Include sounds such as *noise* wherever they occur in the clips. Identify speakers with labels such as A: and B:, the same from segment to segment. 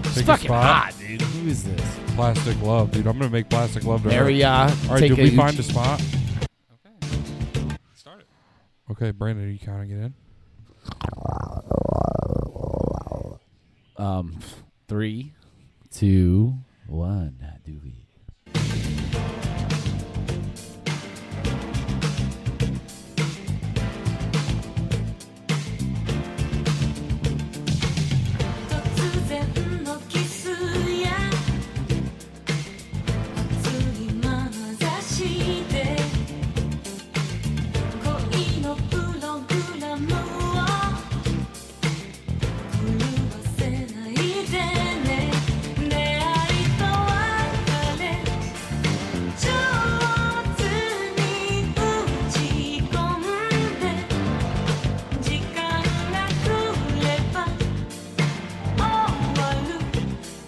A: It's
B: Pick a
A: fucking
B: spot.
A: hot, dude. Who is this?
B: Plastic love, dude. I'm gonna make plastic love to her.
A: Mary, uh,
B: All right,
A: take
B: did
A: a
B: we find
A: Uchi-
B: a spot?
C: Start it.
B: Okay, Brandon, are you counting it in?
A: Um, three, two, one. Do we?
D: 「突然のキスや」「熱いまざしで」「恋のプログラムを狂わせないでね」「出会いと別れ」「上手に打ち込んで」「時間が来れば」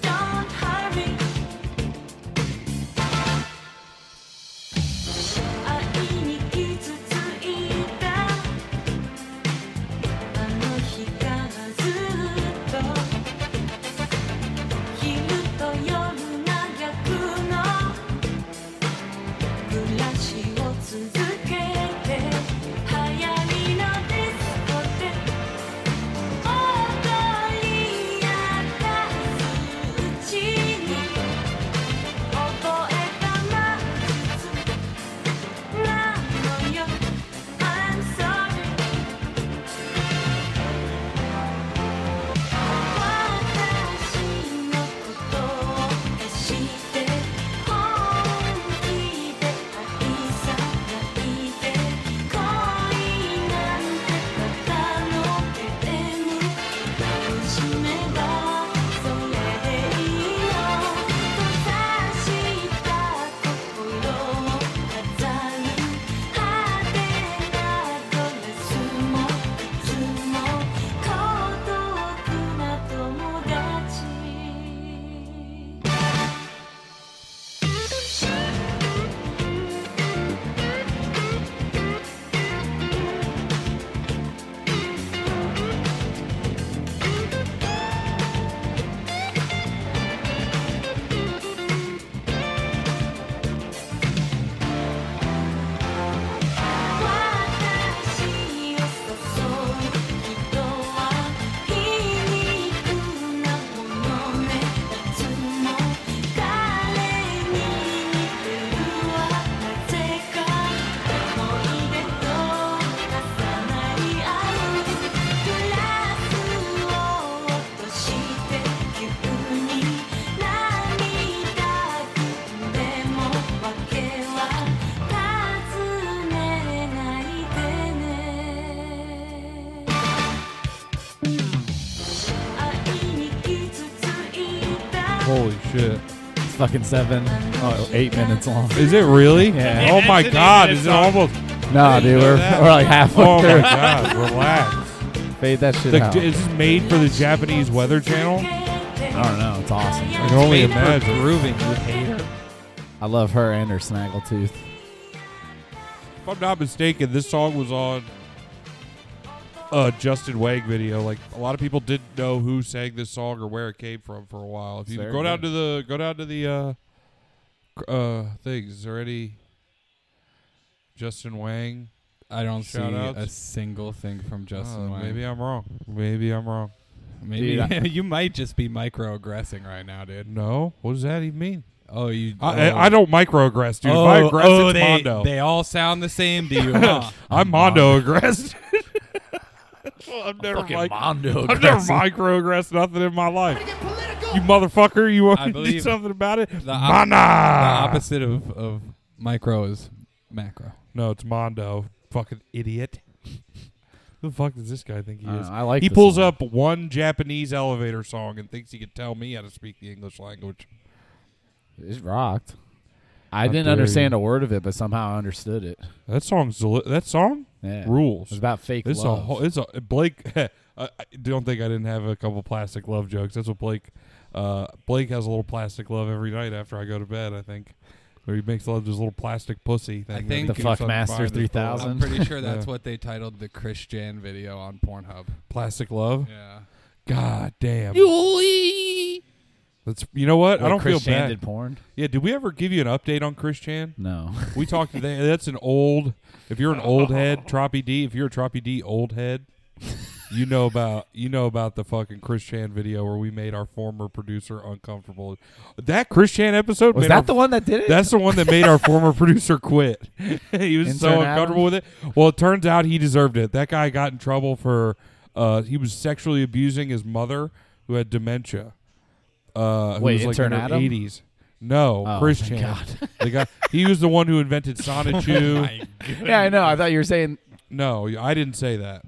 D: Don't hurry.「愛に傷ついた」「あの日からずっと」「昼と夜長くの暮らしを続けて」「流行りのディスコで」「踊り明かすうちに覚えたままなのよ I'm sorry」「私のことを決して本気で愛さないで」「恋なんてただのゲーム」「楽しめばそれでいいの」「閉ざした心を飾る」「派手なドレスもいつも孤独な友達」「私を誘う人は皮肉なものね」「夏も彼に似てるわなぜか」「思い出と重なり合う」「グラスを落として急に涙ぐんでもわけは」「尋ねないでね」「愛に傷ついた」
B: Holy shit!
E: It's fucking seven, oh, eight minutes long.
B: Is it really?
E: Yeah.
B: Oh
C: It's
B: my
C: an eight
B: God!
C: minute
B: Is it
C: song.
B: almost?
A: *laughs*
E: Nah,
B: you
E: dude,
B: know
E: we're,
B: that?
E: we're like halfway
B: Oh my
E: through.
B: God! Relax.
E: *laughs* Fade that shit
B: The,
E: out.
B: is this made for the Japanese Weather Channel?
E: I don't know. It's awesome.
B: I can only
C: Made for
B: imagine.
C: grooving, you hater.
E: I love her and her snaggletooth.
B: If I'm not mistaken, this song was on a Justin Wang video. Like a lot of people didn't know who sang this song or where it came from for a while. If you
E: There
B: go
E: it
B: down
E: is.
B: to the go down to the uh, cr- uh things, is there any Justin Wang?
C: I don't
B: Shout
C: see
B: outs.
C: a single thing from Justin.
B: Uh,
C: Wang.
B: maybe I'm wrong. Maybe I'm wrong.
C: Maybe *laughs*
E: Dude,
C: you might just be microaggressing right now, dude.
B: No, what does that even mean?
C: Oh, you.
B: I,
C: oh.
B: I, I don't microaggress, dude.
C: Oh,
B: if I aggress,
C: oh,
B: it's
C: they,
B: Mondo.
C: they all sound the same to you. *laughs* huh?
B: I'm Mondo *laughs* aggressed. I've never mic-
E: Mondo.
B: I've never microaggressed nothing in my life. You motherfucker, you want
C: I
B: me to *laughs* do
C: believe
B: something about it?
C: the op-
B: Mana!
C: the opposite of, of micro is macro.
B: No, it's Mondo. Fucking idiot. Who the fuck does this guy think he
E: I,
B: is?
E: I like.
B: he
E: this
B: pulls
E: song.
B: up one Japanese elevator song and thinks he could tell me how to speak the English language.
E: It rocked. I
B: How
E: didn't
B: dare
E: understand a word of it, but somehow I understood it.
B: That song's deli- that song
E: Yeah.
B: rules.
E: It was about fake
B: It's
E: love.
B: a whole. It's a Blake. *laughs* I I don't think I didn't have a couple plastic love jokes. That's what Blake. Uh, Blake has a little plastic love every night after I go to bed. I think, where he makes love to his little plastic pussy thing.
C: I
B: that
C: think-
B: he
C: The
B: keeps
E: fuck
B: on
E: master
B: buying his
E: 3000.
C: I'm
E: Thousand.
C: pretty *laughs* sure that's
B: Yeah.
C: what they titled the Chris Jan video on Pornhub. *laughs*
B: little Plastic love.
C: Yeah.
B: God damn. That's you know what? I
E: Like
B: don't
E: Chris
B: feel
E: Chan
B: bad.
E: did porn.
B: Yeah, did we ever give you an update on Chris Chan?
E: No,
B: We talked today. That's an old. If you're an old head, Troppy D. If you're a Troppy D old head, you know about you know about the fucking Chris Chan video where we made our former producer uncomfortable. That Chris Chan episode
E: was
B: made
E: that
B: our-
E: the one that did
B: *laughs*
E: it?
B: That's the one that made our former producer quit. *laughs* he was so
E: Intern
B: uncomfortable with it. Well, it turns out he deserved it. That guy got in trouble for uh, he was sexually abusing his mother who had dementia. Uh, who
E: Wait,
B: was like in
E: intern
B: her
E: Adam?
B: eighties. No,
E: Oh,
B: Chris
E: thank
B: Chan. The guy, he was the one who invented Sonichu.
C: *laughs*
E: yeah, I know. I thought you were saying.
B: no, I didn't say that.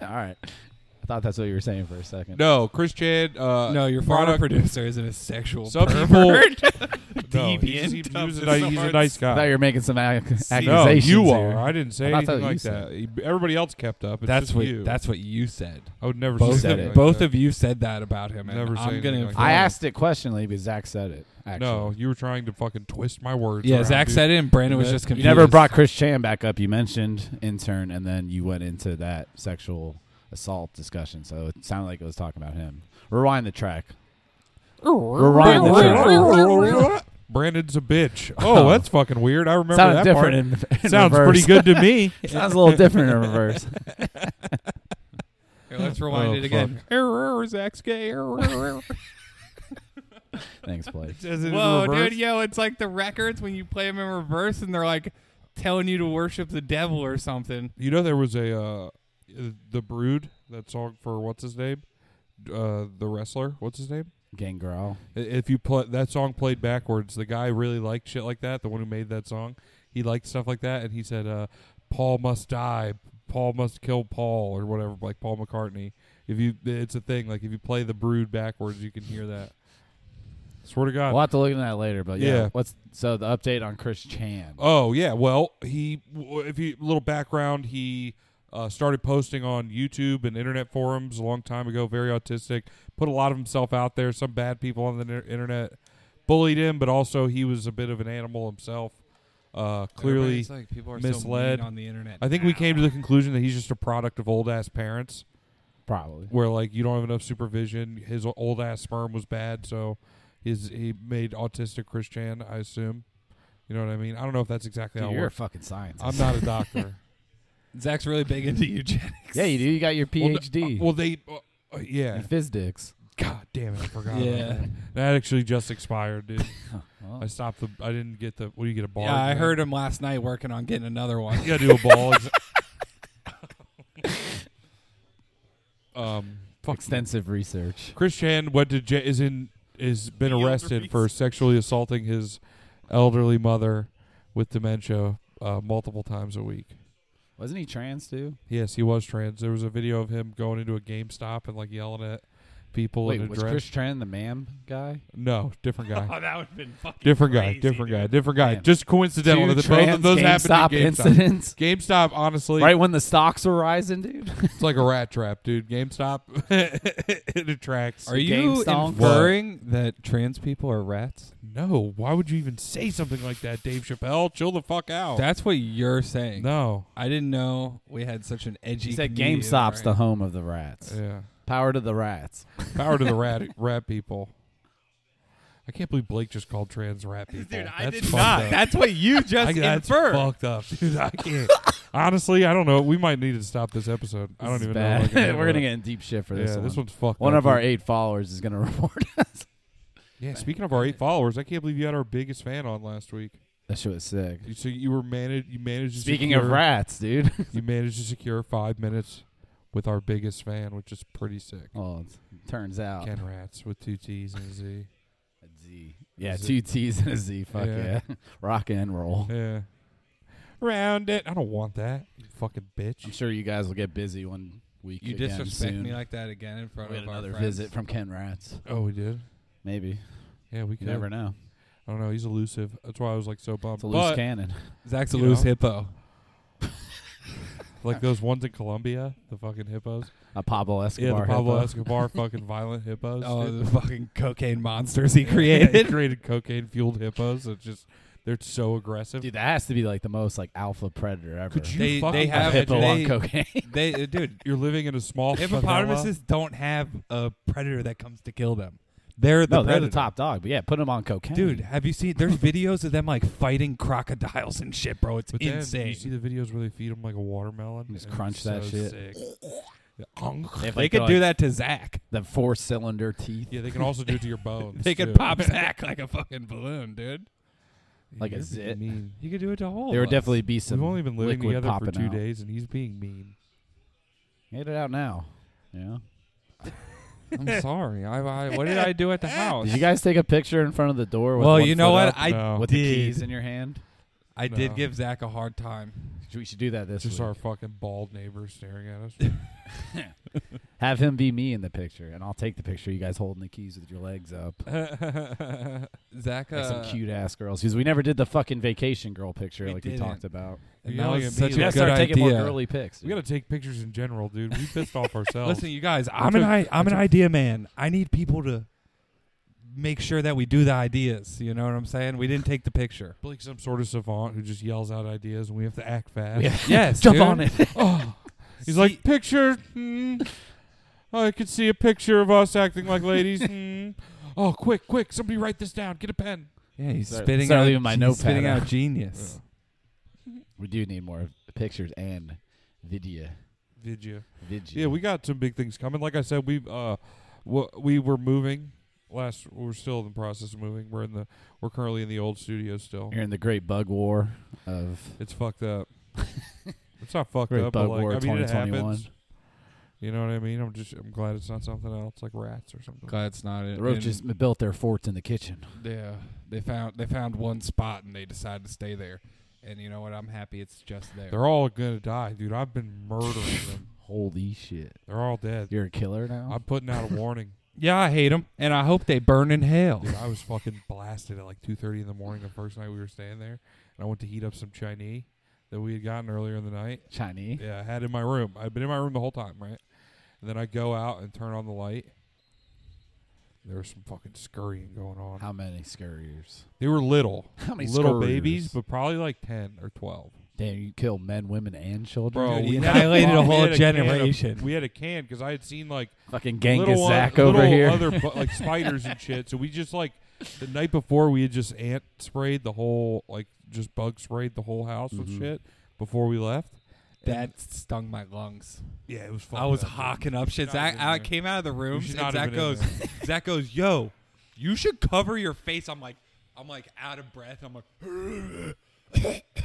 E: All right, I thought that's what you were saying for a second.
B: No, Chris Chan. Uh,
C: no, your product
B: product-
C: producer isn't a sexual
B: Some people.
C: *laughs*
B: no, he's, he,
C: Deviant
B: he was a
C: of
B: nice,
C: the
B: he's a
C: sorts.
B: nice
E: I thought
B: guy.
E: you were making some ac-
B: No,
E: accusations.
B: you
E: here.
B: are. I didn't say
E: I
B: anything
E: thought that
B: like
E: was you
B: that. He- Everybody else kept up. It's
C: That's
B: just
C: what
B: you.
C: that's what you said.
B: I would never
C: Both
B: say
E: said
C: of,
E: it.
B: anything like
C: both
B: that.
C: of you said that about him. and
B: Never say
C: I'm
B: anything
C: gonna.
B: like
E: I
B: that.
E: asked it questionally because Zach said it. Actually.
B: No, you were trying to fucking twist my words.
C: Yeah,
B: around,
C: Zach
B: dude.
C: said it, and Brandon was just
E: You
C: confused.
E: never brought Chris Chan back up. You mentioned intern, and then you went into that sexual assault discussion. So it sounded like it was talking about him. Rewind the track. Rewind the track.
B: Brandon's
C: *laughs*
B: a bitch. Oh, that's fucking weird. I remember
E: Sounded
B: that
E: different
B: part.
E: in, in
B: Sounds
E: reverse.
B: pretty good
C: *laughs*
B: to me.
E: *laughs* Sounds a little different in reverse. *laughs*
C: Here, let's rewind
B: Oh,
C: it *laughs* again. Error, Zach's gay. error, error.
E: Thanks,
B: *laughs*
E: Blake.
B: Says it in
C: Whoa,
B: reverse.
C: dude, yo, it's like the records when you play them in reverse and they're like telling you to worship the devil or something.
B: You know there was a uh, the Brood that song for what's his name, uh, the wrestler. What's his name?
E: Gangrel.
B: I- If you play that song played backwards, the guy really liked shit like that. The one who made that song, he liked stuff like that, and he said, uh, "Paul must die. Paul must kill Paul, or whatever." Like Paul McCartney. If you, it's a thing. Like if you play the Brood backwards, you can hear that. Swear to God.
E: We'll have to look into that later, but yeah.
B: Uh, Yeah.
E: What's so the update on Chris Chan?
B: Oh yeah, well he w- if you little background he uh, started posting on YouTube and internet forums a long time ago. Very autistic, put a lot of himself out there. Some bad people on the inter- internet bullied him, but also he was a bit of an animal himself. Uh, clearly,
C: like people
B: are so misled. mean
C: on the internet.
B: I think we came to the conclusion that he's just a product of old ass parents,
E: Probably.
B: where like you don't have enough supervision. His old ass sperm was bad, so his he made autistic Christian. I assume. You know what I mean? I don't know if that's exactly how
E: Dude,
B: it
E: you're a
B: works.
E: fucking scientist.
B: I'm not a doctor.
C: Zach's really big into eugenics.
E: yeah, you do. You got your
B: Well, no-
E: PhD
B: Well, they, uh, uh, yeah.
E: in
C: *laughs*
E: physics.
B: God damn it, I forgot.
C: Yeah.
B: About that. that actually just expired, dude.
E: Well,
B: I stopped the. I didn't get the. What do you get a ball?
C: Yeah, I heard him last night working on getting another one.
B: *laughs* You gotta do a ball.
C: *laughs*
B: exa- um, fuck.
E: extensive research.
B: Chris Chan went to jail. Is in. Is been arrested for sexually assaulting his elderly mother with dementia uh, multiple times a week.
E: Wasn't he trans too?
B: Yes, he was trans. There was a video of him going into a GameStop and like yelling at people in
E: Wait,
B: a
E: was
B: dress.
E: Chris Chan the man guy?
B: No, different guy.
C: Oh, that would have been fucking
B: Different guy, different guy, different guy.
E: Man.
B: Just coincidental
E: Two
B: that the- both of
E: trans
B: those
E: GameStop
B: happened at GameStop.
E: incidents.
B: GameStop, honestly,
E: Right when the stocks were
C: *laughs*
E: rising, dude.
B: it's like a rat trap, dude. GameStop, *laughs* it attracts.
C: Are you
E: GameStop?
C: inferring that trans people are rats?
B: no, why would you even say something like that, Dave Chappelle? Chill the fuck out.
C: That's what you're saying.
B: no,
C: I didn't know we had such an edgy.
E: He said
C: comedian
E: GameStop's the
C: brain.
E: home of the rats.
B: yeah.
E: Power to the rats.
B: Power to the rat, *laughs* rat people. I can't believe Blake just called trans rat people.
C: Dude, I
B: That's
C: did
B: fucked
C: not.
B: up.
C: That's what you just
B: *laughs* I, that's
C: inferred.
B: fucked up, *laughs* dude. I
E: *laughs*
B: can't. Honestly, I don't know. We might need to stop this episode. I don't
E: This is
B: even know. if
E: bad. *laughs*
B: I can handle
E: We're gonna
B: that.
E: get in deep shit for
B: yeah,
E: this. one.
B: one's fucked.
E: One
B: up,
E: of our
B: dude.
E: eight followers is gonna *laughs* report us.
B: yeah. Speaking of our eight followers, I can't believe you had our biggest fan on last week.
E: That shit was sick.
B: You- So you were managed. You managed. To
E: Speaking
B: secure,
E: of rats, dude.
B: you managed to secure five minutes with our biggest fan, which is pretty sick.
E: Well, it turns out.
B: Ken Rats with two T's and a Z.
E: A Z. Yeah,
B: Z.
E: two T's and a Z. Fuck
B: Yeah.
E: yeah. *laughs* Rock and roll.
B: Yeah. Round it. I don't want that. You fucking
E: I'm
B: bitch.
E: sure you guys will get busy one week.
C: You
E: again
C: disrespect
E: soon.
C: me like that again in front
E: we had
C: of our
E: another
C: friends.
E: visit from Ken Rats.
B: Oh, we did.
E: Maybe.
B: Yeah, we
E: You
B: could.
E: never know.
B: I don't know. He's elusive. That's why I was like so bummed.
E: It's a loose
B: but
E: cannon.
C: Zach's a
B: You
C: loose
B: know?
C: hippo.
B: like those ones in Colombia, the fucking hippos.
E: A Pablo Escobar.
B: yeah, the Pablo
E: hippo.
B: Escobar fucking violent
E: *laughs*
B: hippos.
C: Oh,
B: dude.
C: the fucking cocaine monsters he
B: *laughs* He
C: created.
B: created cocaine fueled hippos. It's just they're so aggressive.
E: Dude, that has to be like the most like alpha predator
B: *laughs*
E: ever.
B: Could you
C: They-
B: fucking
C: they have-
B: imagine?
E: Hippo on
C: they-
E: cocaine.
C: they, uh, dude,
B: Oh, You're living in a small favela?
C: hippopotamuses don't have a predator that comes to kill them.
B: They're the
E: *laughs* no, they're the
B: predator.
E: top dog. But yeah, put them on cocaine,
F: Dude, have you seen? There's videos of them like fighting crocodiles and shit, bro. It's
B: But then
F: insane.
B: you see the videos where they feed them like a watermelon.
E: Just
B: and
E: crunch
B: it's
E: that
B: so
E: shit.
B: sick. Yeah, onk.
F: *laughs*
E: They, have,
F: they
E: like,
F: could
E: the,
F: do
E: like,
F: that to Zach.
E: The four cylinder teeth,
B: Yeah, they can also do it to your bones.
F: They could
B: too.
F: pop Zach like a fucking balloon, dude.
E: like
B: You're
E: a zit. *laughs*
B: Mean.
F: You could do it to all.
E: There
F: of
E: would
F: us.
E: definitely be some.
B: We've only been living
E: liquid
B: together for
E: popping
B: two
E: out.
B: days, and he's being
E: *laughs*
B: mean.
E: Get it out now. Yeah.
B: I'm sorry. I, I
C: What did I do at
B: *laughs*
E: *laughs*
C: the house?
E: Did you guys take a picture in front of the door? With
F: Well,
E: one
F: you know
E: foot
F: what?
E: up
F: I
B: No.
E: with the
F: did.
E: keys in your hand.
F: I did
B: No.
F: give Zach a hard time.
E: We should do that this
B: just
E: week.
B: our fucking bald neighbor staring at us.
E: Have him be me in the picture, and I'll take the picture. of You guys holding the keys with your legs up,
F: *laughs*
E: like
F: Zach, uh,
E: some cute ass girls. Because we never did the fucking vacation girl picture
F: We
E: like we
F: didn't.
E: talked about.
F: and
B: You're
F: that
B: yelling
F: was
B: at me
F: such
E: We gotta
F: a
B: like-
F: good
E: start taking more
F: idea.
E: girly pics.
B: we got to take pictures in general, dude. We pissed
E: *laughs*
B: off ourselves.
F: Listen, you guys,
B: I
F: I'm an
B: took-
F: I, I'm
B: I
F: an
B: took-
F: idea man. I need people to make sure that we do the ideas. You know what I'm saying? We didn't take
E: *laughs*
F: the picture.
B: Blake's some sort of savant who just yells out ideas, and we have to act fast.
E: Yeah.
F: Yes,
E: jump
F: dude.
E: on it.
B: *laughs* Oh. He's like, picture. hmm. I could see a picture of us acting like *laughs* ladies. hmm. Oh, quick, quick. Somebody write this down. Get a pen.
F: *laughs* Yeah, he's
E: Start-
F: spitting
E: start
F: out
E: leaving my
F: he's
E: notepad *laughs*
F: spitting
E: out.
F: out genius.
E: *laughs* we do need more pictures and video.
B: Did you?
E: Video.
B: Yeah, we got some big things coming. Like I said, we uh, w- we were moving last. We're still in the process of moving. We're in the. We're currently in the old studio still.
E: You're in the great bug war of
B: It's fucked
E: *laughs*
B: up. it's not fucked
E: great
B: up.
E: bug
B: But like,
E: war
B: I mean, it
E: 2021.
B: happens. You know what I mean? I'm just. I'm glad it's not something else like rats or something.
F: Glad it's not it.
E: The roaches m- built their forts in the kitchen.
F: *laughs* Yeah, they found they found one spot and they decided to stay there. And you know what? I'm happy it's just there.
B: They're all gonna die, dude. I've been murdering them.
E: Holy shit!
B: They're all dead.
E: You're a killer now.
B: I'm putting out a warning.
F: yeah, I hate them, and I hope they burn
B: *laughs*
F: in hell.
B: Dude, I was fucking blasted at like 2:30 in the morning the first night we were staying there, and I went to heat up some Chinese that we had gotten earlier in the night.
E: Chinese.
B: Yeah, I had in my room. I've been in my room the whole time, right? And then I go out and turn on the light. There was some fucking scurrying going on.
E: How many scurriers?
B: They were little,
E: How many
B: little
E: scurriers?
B: babies, but probably like 10 or 12.
E: Damn, you kill men, women, and children.
B: Bro,
F: Dude,
B: we
F: he
B: had
F: annihilated a
B: we
F: whole
B: had can of-
F: generation.
B: we had a can because I had seen like
E: *laughs* Fucking Genghis
B: little, o-
E: Zach
B: little
E: over here.
B: other bu- like spiders and shit. So we just like the night before we had just ant sprayed the whole like just bug sprayed the whole house
E: Mhm.
B: with shit before we left. And-
F: That stung my lungs.
B: yeah, it was.
F: I
B: fucked
F: was
B: up, dude.
F: hocking up shit.
B: Not
F: Zach,
B: even
F: I
B: there.
F: came out of the room
B: We should
F: and
B: not
F: Zach
B: have been in
F: goes,
B: *laughs*
F: Zach goes, yo, you should cover your face. I'm like, I'm like out of breath. I'm like, *laughs*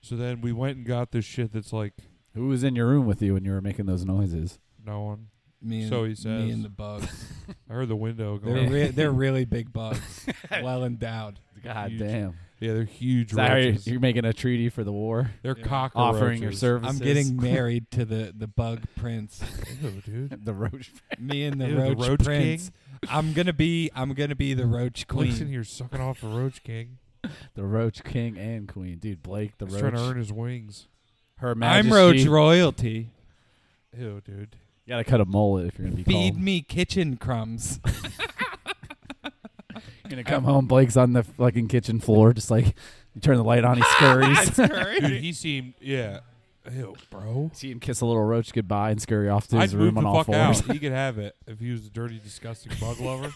B: So then we went and got this shit that's like
E: Who was in your room with you when you were making those noises?
B: no one.
F: me
B: So he says.
F: me and the bugs.
B: *laughs* I heard the window *laughs*
F: they're
B: going.
F: re- they're really big bugs,
B: *laughs*
F: well endowed.
E: God
B: Huge
E: damn!
B: yeah, they're huge.
E: Is that how you're,
B: roaches.
E: you're making a treaty for the war,
B: They're
F: Yeah.
B: cockroaches.
E: offering your services.
F: I'm
B: *laughs*
F: getting married to the the bug prince.
B: Ew, dude.
E: *laughs* the roach.
F: Me
B: *laughs*
F: and the,
B: Ew, the
F: roach,
B: roach
F: prince. I'm gonna be I'm gonna be the roach
B: Blake's in
F: queen.
B: here sucking off a roach king.
E: The roach king and queen, dude. Blake, the
B: He's trying to
E: roach.
B: earn his wings.
E: Her
F: I'm
E: Majesty.
F: roach royalty.
B: Ew, dude.
E: You gotta cut a mullet if you're gonna be
F: Feed
E: called.
F: me kitchen crumbs.
E: You're gonna come home. Blake's on the fucking kitchen floor, just like you turn the
B: *laughs*
E: light on. He scurries.
B: Dude, he seemed yeah. Ew, bro.
E: *laughs* See him kiss a little roach goodbye and scurry off to
B: I'd
E: his
B: move
E: room
B: the
E: on all
B: fuck
E: *laughs* fours.
B: out. He could have it if he was a dirty, disgusting bug lover.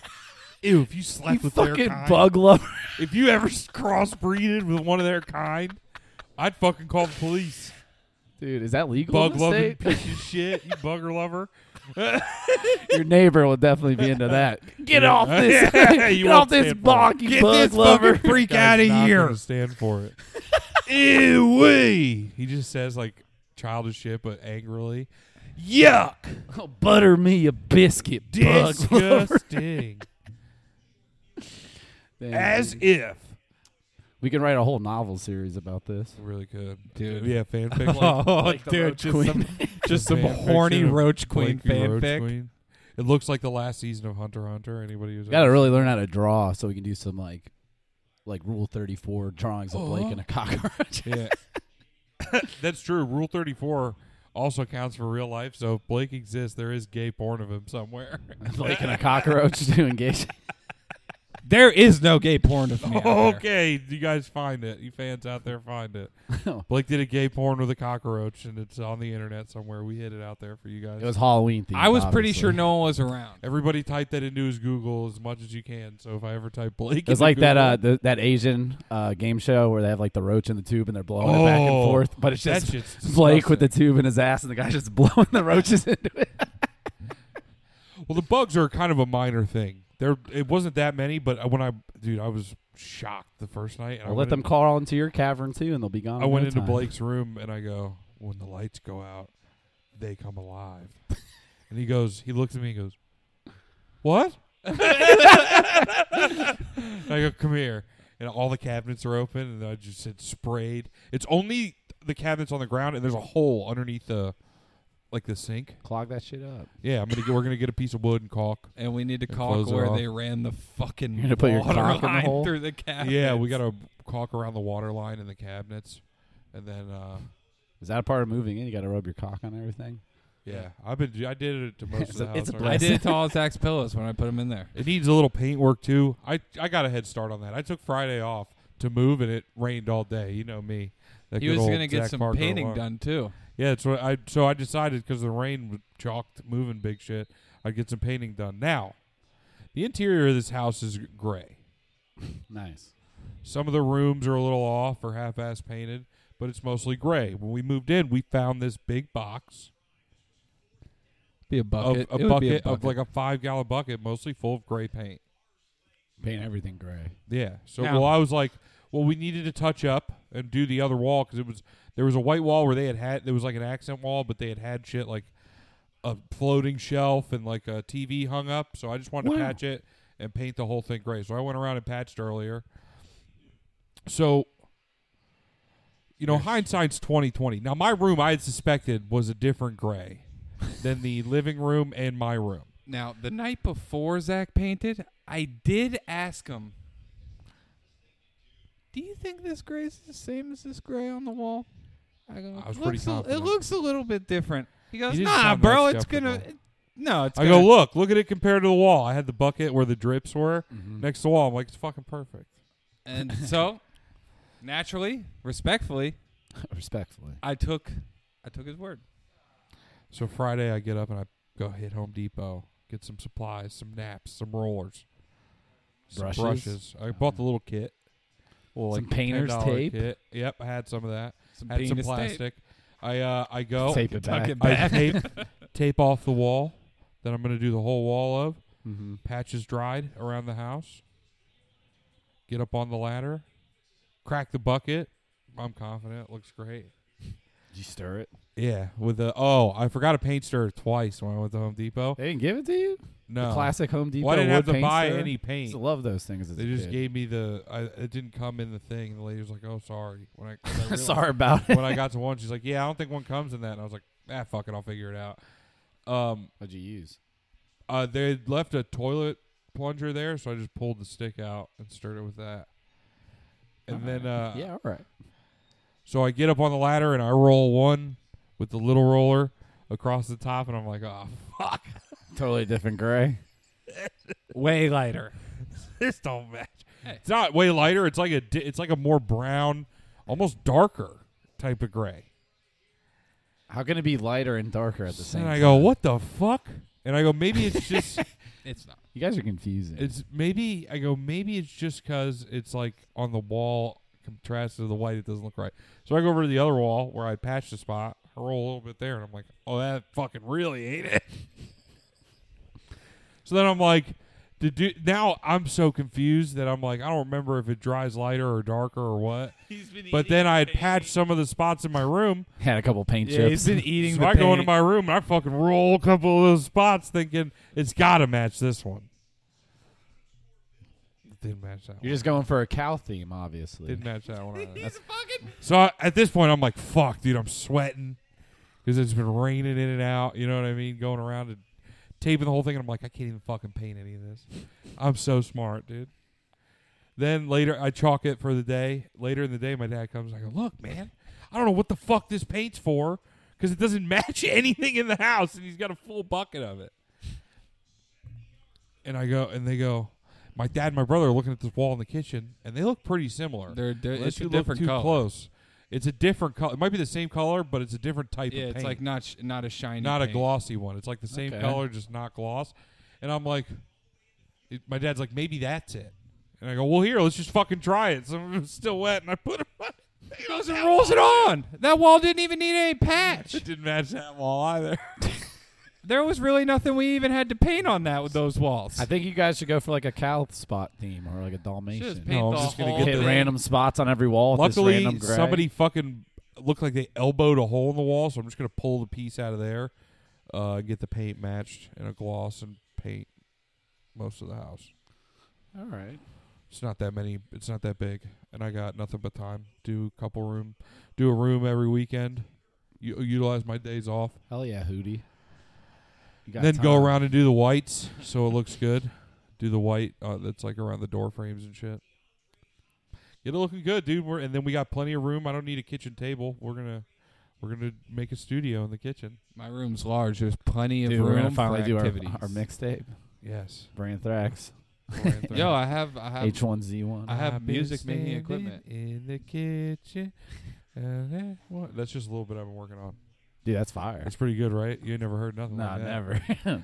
B: Ew, if you slept
E: You
B: with their
E: fucking
B: kind,
E: bug lover. *laughs*
B: if you ever s- crossbreeded with one of their kind, I'd fucking call the police.
E: Dude, is that legal?
B: Bug
E: in the
B: loving
E: state?
B: piece of shit, you bugger lover.
E: Your neighbor will definitely be into that. Get off this! *laughs*
B: Yeah, you
E: get
B: won't
E: off this
B: stand for
E: bog, you
F: Get
E: bug
F: this
E: lover!
F: fucking freak
B: Guy's
F: out of
B: not
F: here.
B: gonna Stand for it. Ew, wee. He just says like childish shit, but angrily. Yuck.
E: Oh, *laughs* butter me a biscuit, bug lover.
B: Disgusting.
E: Damn,
B: As
E: dude.
B: if.
E: we can write a whole novel series
B: *laughs*
E: about this.
B: Really could,
F: Dude.
B: Yeah, fan fiction.
E: *laughs*
F: Oh,
E: Like the
F: dude,
E: roach
F: just
E: queen.
F: some just *laughs* some
B: Fan fiction
F: horny
B: of
F: roach queen
B: Blakey Roach
F: fanfic.
B: Queen. It looks like the last season of Hunter x Hunter. Anybody who's
E: We gotta really learn how to draw, so we can do some like, like Rule Thirty Four drawings of Blake and a cockroach.
B: *laughs*
E: *laughs*
B: yeah, that's true. Rule thirty four also counts for real life. So if Blake
E: *laughs*
B: exists, there is gay porn of him somewhere. *laughs*
E: Blake and a cockroach doing gay. shit.
F: There is no gay porn of me. out there.
B: okay, you guys find it. You fans out there find
E: *laughs*
B: it. Blake did a gay porn with a cockroach, and it's on the internet somewhere. We hid it out there for you guys.
E: It was Halloween themed.
C: I was pretty
E: obviously.
C: sure no one was around.
B: Everybody type that into his Google as much as you can. So if I ever type Blake,
E: It was
B: into
E: like that
B: Google-
E: uh the, that Asian uh game show where they have like the roach in the tube and they're blowing it back and
B: Oh,
E: forth, but it's
B: that
E: just
B: shit's
E: *laughs* Blake with the
B: disgusting.
E: tube in his ass and the guy's just *laughs* blowing the roaches into it.
B: Well, the bugs are kind of a minor thing. There, it wasn't that many, but when I, dude, I was shocked the first night. And I
E: Well, let
B: went
E: them crawl into your cavern too, and they'll be gone.
B: in, I
E: in
B: went
E: no
B: into
E: time.
B: Blake's room and I go, when the lights go out, they come alive. *laughs* and he goes, he looks at me and goes, what? *laughs* and I go, come here. And all the cabinets are open, and I just said sprayed. It's only the cabinets on the ground, and there's a hole underneath the, like the sink.
E: Clog that shit up.
B: Yeah, I'm gonna get, we're gonna get a piece of wood and caulk.
F: And we need to
B: And
F: caulk
B: close it
F: where
B: off.
F: they ran the fucking
E: You're gonna put your
F: water
E: cock in the
F: line
E: hole?
F: *laughs* through the cabinet.
B: Yeah, we got to caulk around the water line in the cabinets, and then uh,
E: Is that a part of moving in? You got to rub your cock on everything.
B: yeah, I've been I did it to most of
E: It's
B: the
E: a- it's
B: house
E: a blessing.
F: I
B: already.
F: did it
B: *laughs*
F: to all Zach's pillows when I put them in there.
B: It needs a little paint work too. I I got a head start on that. I took Friday off to move, and it rained all day. You know me. That
F: He
B: good
F: was
B: old
F: gonna get
B: Zach
F: some
B: Parker
F: painting
B: alone.
F: done too.
B: Yeah, so I so I decided because the rain was chalked moving big shit, I'd get some painting done. Now, the interior of this house is gray.
E: Nice.
B: Some of the rooms are a little off or half ass painted, but it's mostly gray. When we moved in, we found this big box
F: Be a bucket.
B: of
F: It
B: a
F: would be
B: bucket,
F: a
B: of like a five gallon bucket, mostly full of gray paint.
E: Paint everything gray.
B: Yeah. So
F: Now-
B: well, I was like, well, we needed to touch up and do the other wall because it was there was a white wall where they had had there was like an accent wall, but they had had shit like a floating shelf and like a TV hung up. So I just wanted to patch it and paint the whole thing gray. So I went around and patched earlier. So. You know, hindsight's twenty twenty. Now, my room I had suspected was a different gray than the living room and my room.
F: Now, the night before Zach painted, I did ask him, "Do you think this gray is the same as this gray on the wall?" I go,
B: I was
F: "It
B: pretty
F: looks a, It
B: confident.
F: looks a little bit different. He goes,
B: didn't
F: "Nah,
B: sound
F: bro,
B: that
F: it's gonna,
B: skeptical.
F: it- no, it's."
B: I
F: gonna,
B: go, look, look at it compared to the wall. I had the bucket where the drips were
E: Mm-hmm.
B: next to the wall. I'm like, it's fucking perfect.
F: and so naturally, respectfully,
E: *laughs* Respectfully.
F: I took, I took his word.
B: So Friday, I get up and I go hit Home Depot, get some supplies, some naps, some rollers, some
E: Brushes? Uh-huh.
B: I bought the little kit. Well,
E: Some painter's
B: $10
E: tape?
B: Kit. Yep, I had some of that.
F: Some
B: had some
F: penis tape.
B: plastic. I uh, I go
E: Tape it back.
F: it
B: I tape tape off the wall that I'm gonna do the whole wall of.
E: *laughs* Mm-hmm.
B: patches dried around the house. Get up on the ladder, crack the bucket. I'm confident. Looks great.
E: Did you stir it?
B: Yeah, with the oh, I forgot a paint stir twice when I went to Home Depot.
E: They didn't give it to you.
B: No,
E: The classic Home Depot.
B: well, I didn't have
E: wood
B: to
E: paint
B: buy
E: stir?
B: any
E: I used
B: paint.
E: to love those things as
B: They
E: a
B: just
E: kid. *laughs*
B: gave me the. I, it didn't come in the thing. The lady was like, "Oh, sorry." When I,
E: *laughs*
B: 'cause I realized-
E: Sorry
B: *laughs*
E: about it.
B: when I got to one, she's like, "Yeah, I don't think one comes in that." And I was like, "Ah, fuck it, I'll figure it out." Um,
E: What'd you use?
B: Uh, they had left a toilet plunger there, so I just pulled the stick out and stirred it with that. And then, uh,
E: yeah, all right.
B: so I get up on the ladder and I roll one with the little roller across the top, and I'm like, oh, fuck,
E: Totally different gray.
F: Way lighter.
B: *laughs* this don't match. It's not way lighter. It's like a, di- it's like a more brown, almost darker type of gray.
E: How can it be lighter and darker at the same
B: And I
E: time?
B: go, what the fuck? And I go, maybe it's
E: *laughs*
B: just.
F: It's not.
E: You guys are confusing.
B: It's maybe I go maybe it's just because it's like on the wall contrasted to the white, it doesn't look right. So I go over to the other wall where I patched the spot, I roll a little bit there, and I'm like, oh, that fucking really ain't it. *laughs* so then I'm like, the dude. Now I'm so confused that I'm like, I don't remember if it dries lighter or darker or what.
C: He's been
B: But then I had patched some of the spots in my room,
E: *laughs* Had a couple paint
F: Yeah,
E: chips.
F: he's been eating.
B: so
F: the
B: I go
F: paint.
B: into my room and I fucking roll a couple of those spots, thinking it's got to match this one. It didn't match that. one.
E: You're just going for a cow theme, obviously.
B: Didn't match that one. either.
C: *laughs* He's fucking.
B: so I, at this point, I'm like, "Fuck, dude, I'm sweating because it's been raining in and out. You know what I mean? Going around and taping the whole thing, and I'm like, I can't even fucking paint any of this. I'm so smart, dude. Then later, I chalk it for the day. Later in the day, my dad comes. I go, "Look, man, I don't know what the fuck this paint's for because it doesn't *laughs* match anything in the house, and he's got a full bucket of it." And I go, and they go, my dad and my brother are looking at this wall in the kitchen, and they look pretty similar.
C: They're, they're,
B: Unless
C: it's
B: you
C: a
B: look
C: different
B: too
C: color.
B: close, it's a different color. It might be the same color, but it's a different type
C: Yeah,
B: of paint.
C: it's like not sh- not a shiny,
B: not a
C: paint.
B: glossy one. It's like the same
E: Okay.
B: color, just not gloss. And I'm like, it, my dad's like, maybe that's it. And I go, well, here, let's just fucking try it. So *laughs* it's still wet, and I put it on. He goes and rolls it on.
C: That wall didn't even need any patch.
B: It didn't match that wall
E: *laughs*
B: either.
C: There was really nothing we even had to paint on that with those walls.
E: I think you guys should go for like a cow spot theme or like a Dalmatian.
C: Just paint
B: No, I'm
C: the
B: just gonna
C: whole
B: get
E: Hit
C: thing.
E: random spots on every wall. with this
B: Luckily,
E: random gray.
B: somebody fucking looked like they elbowed a hole in the wall, so I'm just gonna pull the piece out of there, uh, get the paint matched and a gloss and paint most of the house.
E: All right.
B: It's not that many. It's not that big, and I got nothing but time. Do a couple room, do a room every weekend. U- utilize my days off,
E: Hell yeah, Hootie. You got
B: then go
E: time.
B: around and do the whites so it looks good. Do the white uh, that's like around the door frames and shit. Get it looking good, dude. We're, and then we got plenty of room. I don't need a kitchen table. We're gonna we're gonna make a studio in the kitchen.
C: My room's large. There's plenty of
E: Dude,
C: room
E: we're gonna finally
C: for
E: do our,
C: activities.
E: our mixtape.
B: Yes.
E: Brain Thrax.
C: *laughs* Yo, I have I have
E: H1Z1.
C: I have
B: I've been
C: music making
B: standing
C: equipment.
B: in the kitchen. and that- what- That's just a little bit I've been working on.
E: Dude, that's fire.
B: It's pretty good, right? You ain't never heard nothing
E: Nah,
B: like that.
E: never.
B: Yo,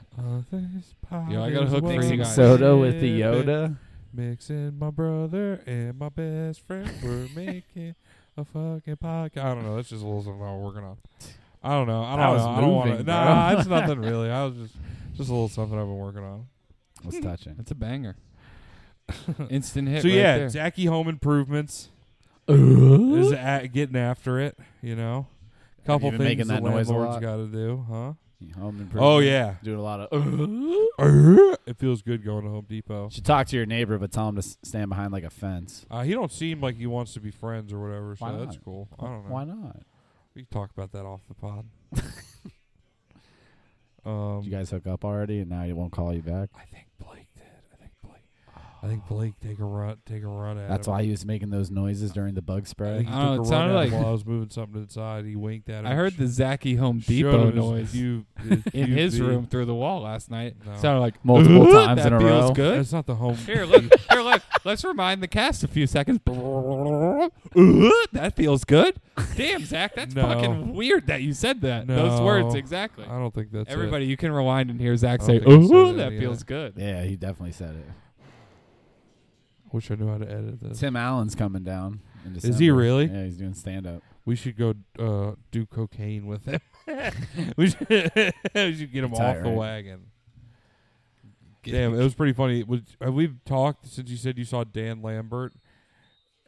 C: Yo, I got a hook for you
E: Mixing
C: guys.
E: soda with the Yoda.
B: Mixing my brother and my best friend.
C: *laughs*
B: We're making a fucking podcast. I don't know. That's just a little something I'm working on. I don't know. I
E: That
B: don't
E: was
B: know. I don't wanna,
E: moving,
B: nah,
E: bro. *laughs*
B: it's nothing really. I was just just a little something I've been working on.
E: Was
C: *laughs*
E: touching.
C: That's a banger. Instant hit.
B: so
C: right
B: yeah,
C: there.
B: Jackie Home Improvements
E: Uh?
B: is at, getting after it. You know, couple
E: been
B: things
E: making that
B: the
E: noise a
B: landlord's
E: lot?
B: got to do, huh?
E: Home improvement.
B: Oh yeah,
E: Doing a lot of. Uh?
B: it feels good going to Home Depot.
E: Should talk to your neighbor, but tell him to s- stand behind like a fence.
B: Uh, he don't seem like he wants to be friends or whatever, so
E: Why
B: that's
E: not?
B: cool. I don't know.
E: Why not?
B: We can talk about that off the
E: *laughs*
B: pod.
E: Did
B: um,
E: you guys hook up already, and now he won't call you back.
B: I think Blake did. I think Blake. I think Blake take a run. Take a run at.
E: That's
B: him.
E: why he was making those noises during the bug
B: I
E: spray.
B: think he
C: I don't know, it
B: took a run
C: sounded
B: at him
C: like-
B: while I was moving something to the side. He winked at him.
C: I heard the Zachy Home
B: showed
C: Depot
B: him his
C: noise *laughs*
B: few- his
C: in
B: few
C: his
B: feet.
C: room through the wall last night.
B: No.
C: Sounded like
B: *laughs*
E: Multiple
C: "Ooh,
E: times
C: that
E: in a
C: feels
E: row."
C: Good.
B: That's not the home.
C: Here, look. Here, look. Let's remind the cast a few seconds. Ooh, that feels good. Damn, Zach, that's
B: No.
C: fucking weird that you said that. Those
B: No.
C: words exactly.
B: *laughs* I don't think that's it.
C: Everybody, you can rewind and hear Zach
B: I
C: say,
B: don't think I said
C: "Ooh,
B: that
C: that
B: either.
C: feels good."
E: Yeah, he definitely said it.
B: Wish I knew how to edit this.
E: Tim Allen's coming down. In
B: he
E: December.
B: really?
E: Yeah, he's doing stand up.
B: We should go uh, do cocaine with
E: *laughs*
B: him. we, should, *laughs* we should get him off
E: Tight,
B: the
E: right?
B: wagon. Damn, it was pretty funny. Was, have we talked since you said you saw Dan Lambert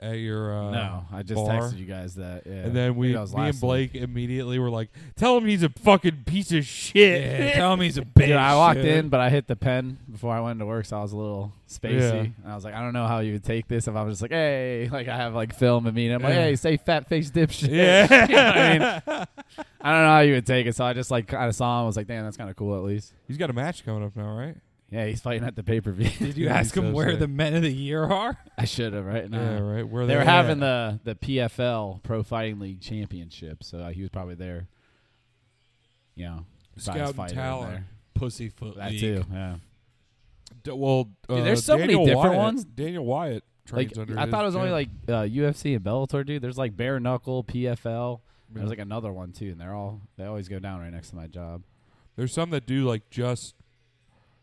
B: at your? Uh,
E: no, I just
B: bar.
E: texted you guys that. Yeah.
B: And then we,
E: Maybe
B: me
E: that was
B: and
E: last week.
B: Blake, immediately were like, "Tell him he's a fucking piece of shit." *laughs*
F: Yeah, *laughs* tell him he's a
E: Dude,
F: bitch.
E: I walked in, but I hit the pen before I went into work, so I was a little spacey.
B: Yeah.
E: And I was like, I don't know how you would take this if I was just like, hey, like I have like film and me, and I'm like,
B: Yeah.
E: hey, say fat face dipshit.
B: Yeah.
E: *laughs* You know what I mean, I don't know how you would take it, so I just like kind of saw him. I was like, damn, that's kind of cool at least.
B: he's got a match coming up now, right?
E: Yeah, he's fighting at the pay per view.
C: Did you
E: *laughs*
B: Yeah,
C: ask
B: he
C: him
B: does
C: where
B: that.
C: the men of the year are?
B: *laughs*
E: I should have right now.
B: Yeah, right. Where
E: They were
B: at?
E: having the the PFL Pro Fighting League Championship, so uh, he was probably there. You know, by his
B: Scout and
E: fighter in
B: talent.
E: there.
F: Pussyfoot
E: That
F: League.
E: too. Yeah.
B: D- well, uh,
E: Dude, there's so many
B: Daniel
E: different
B: Wyatt-
E: ones.
B: Daniel Wyatt trains
E: Like
B: under.
E: I
B: his
E: thought it was only
B: gym.
E: like uh, UFC and Bellator, dude. There's like bare knuckle, PFL.
B: Yeah.
E: There's like another one too, and they're all they always go down right next to my job.
B: There's some that do like just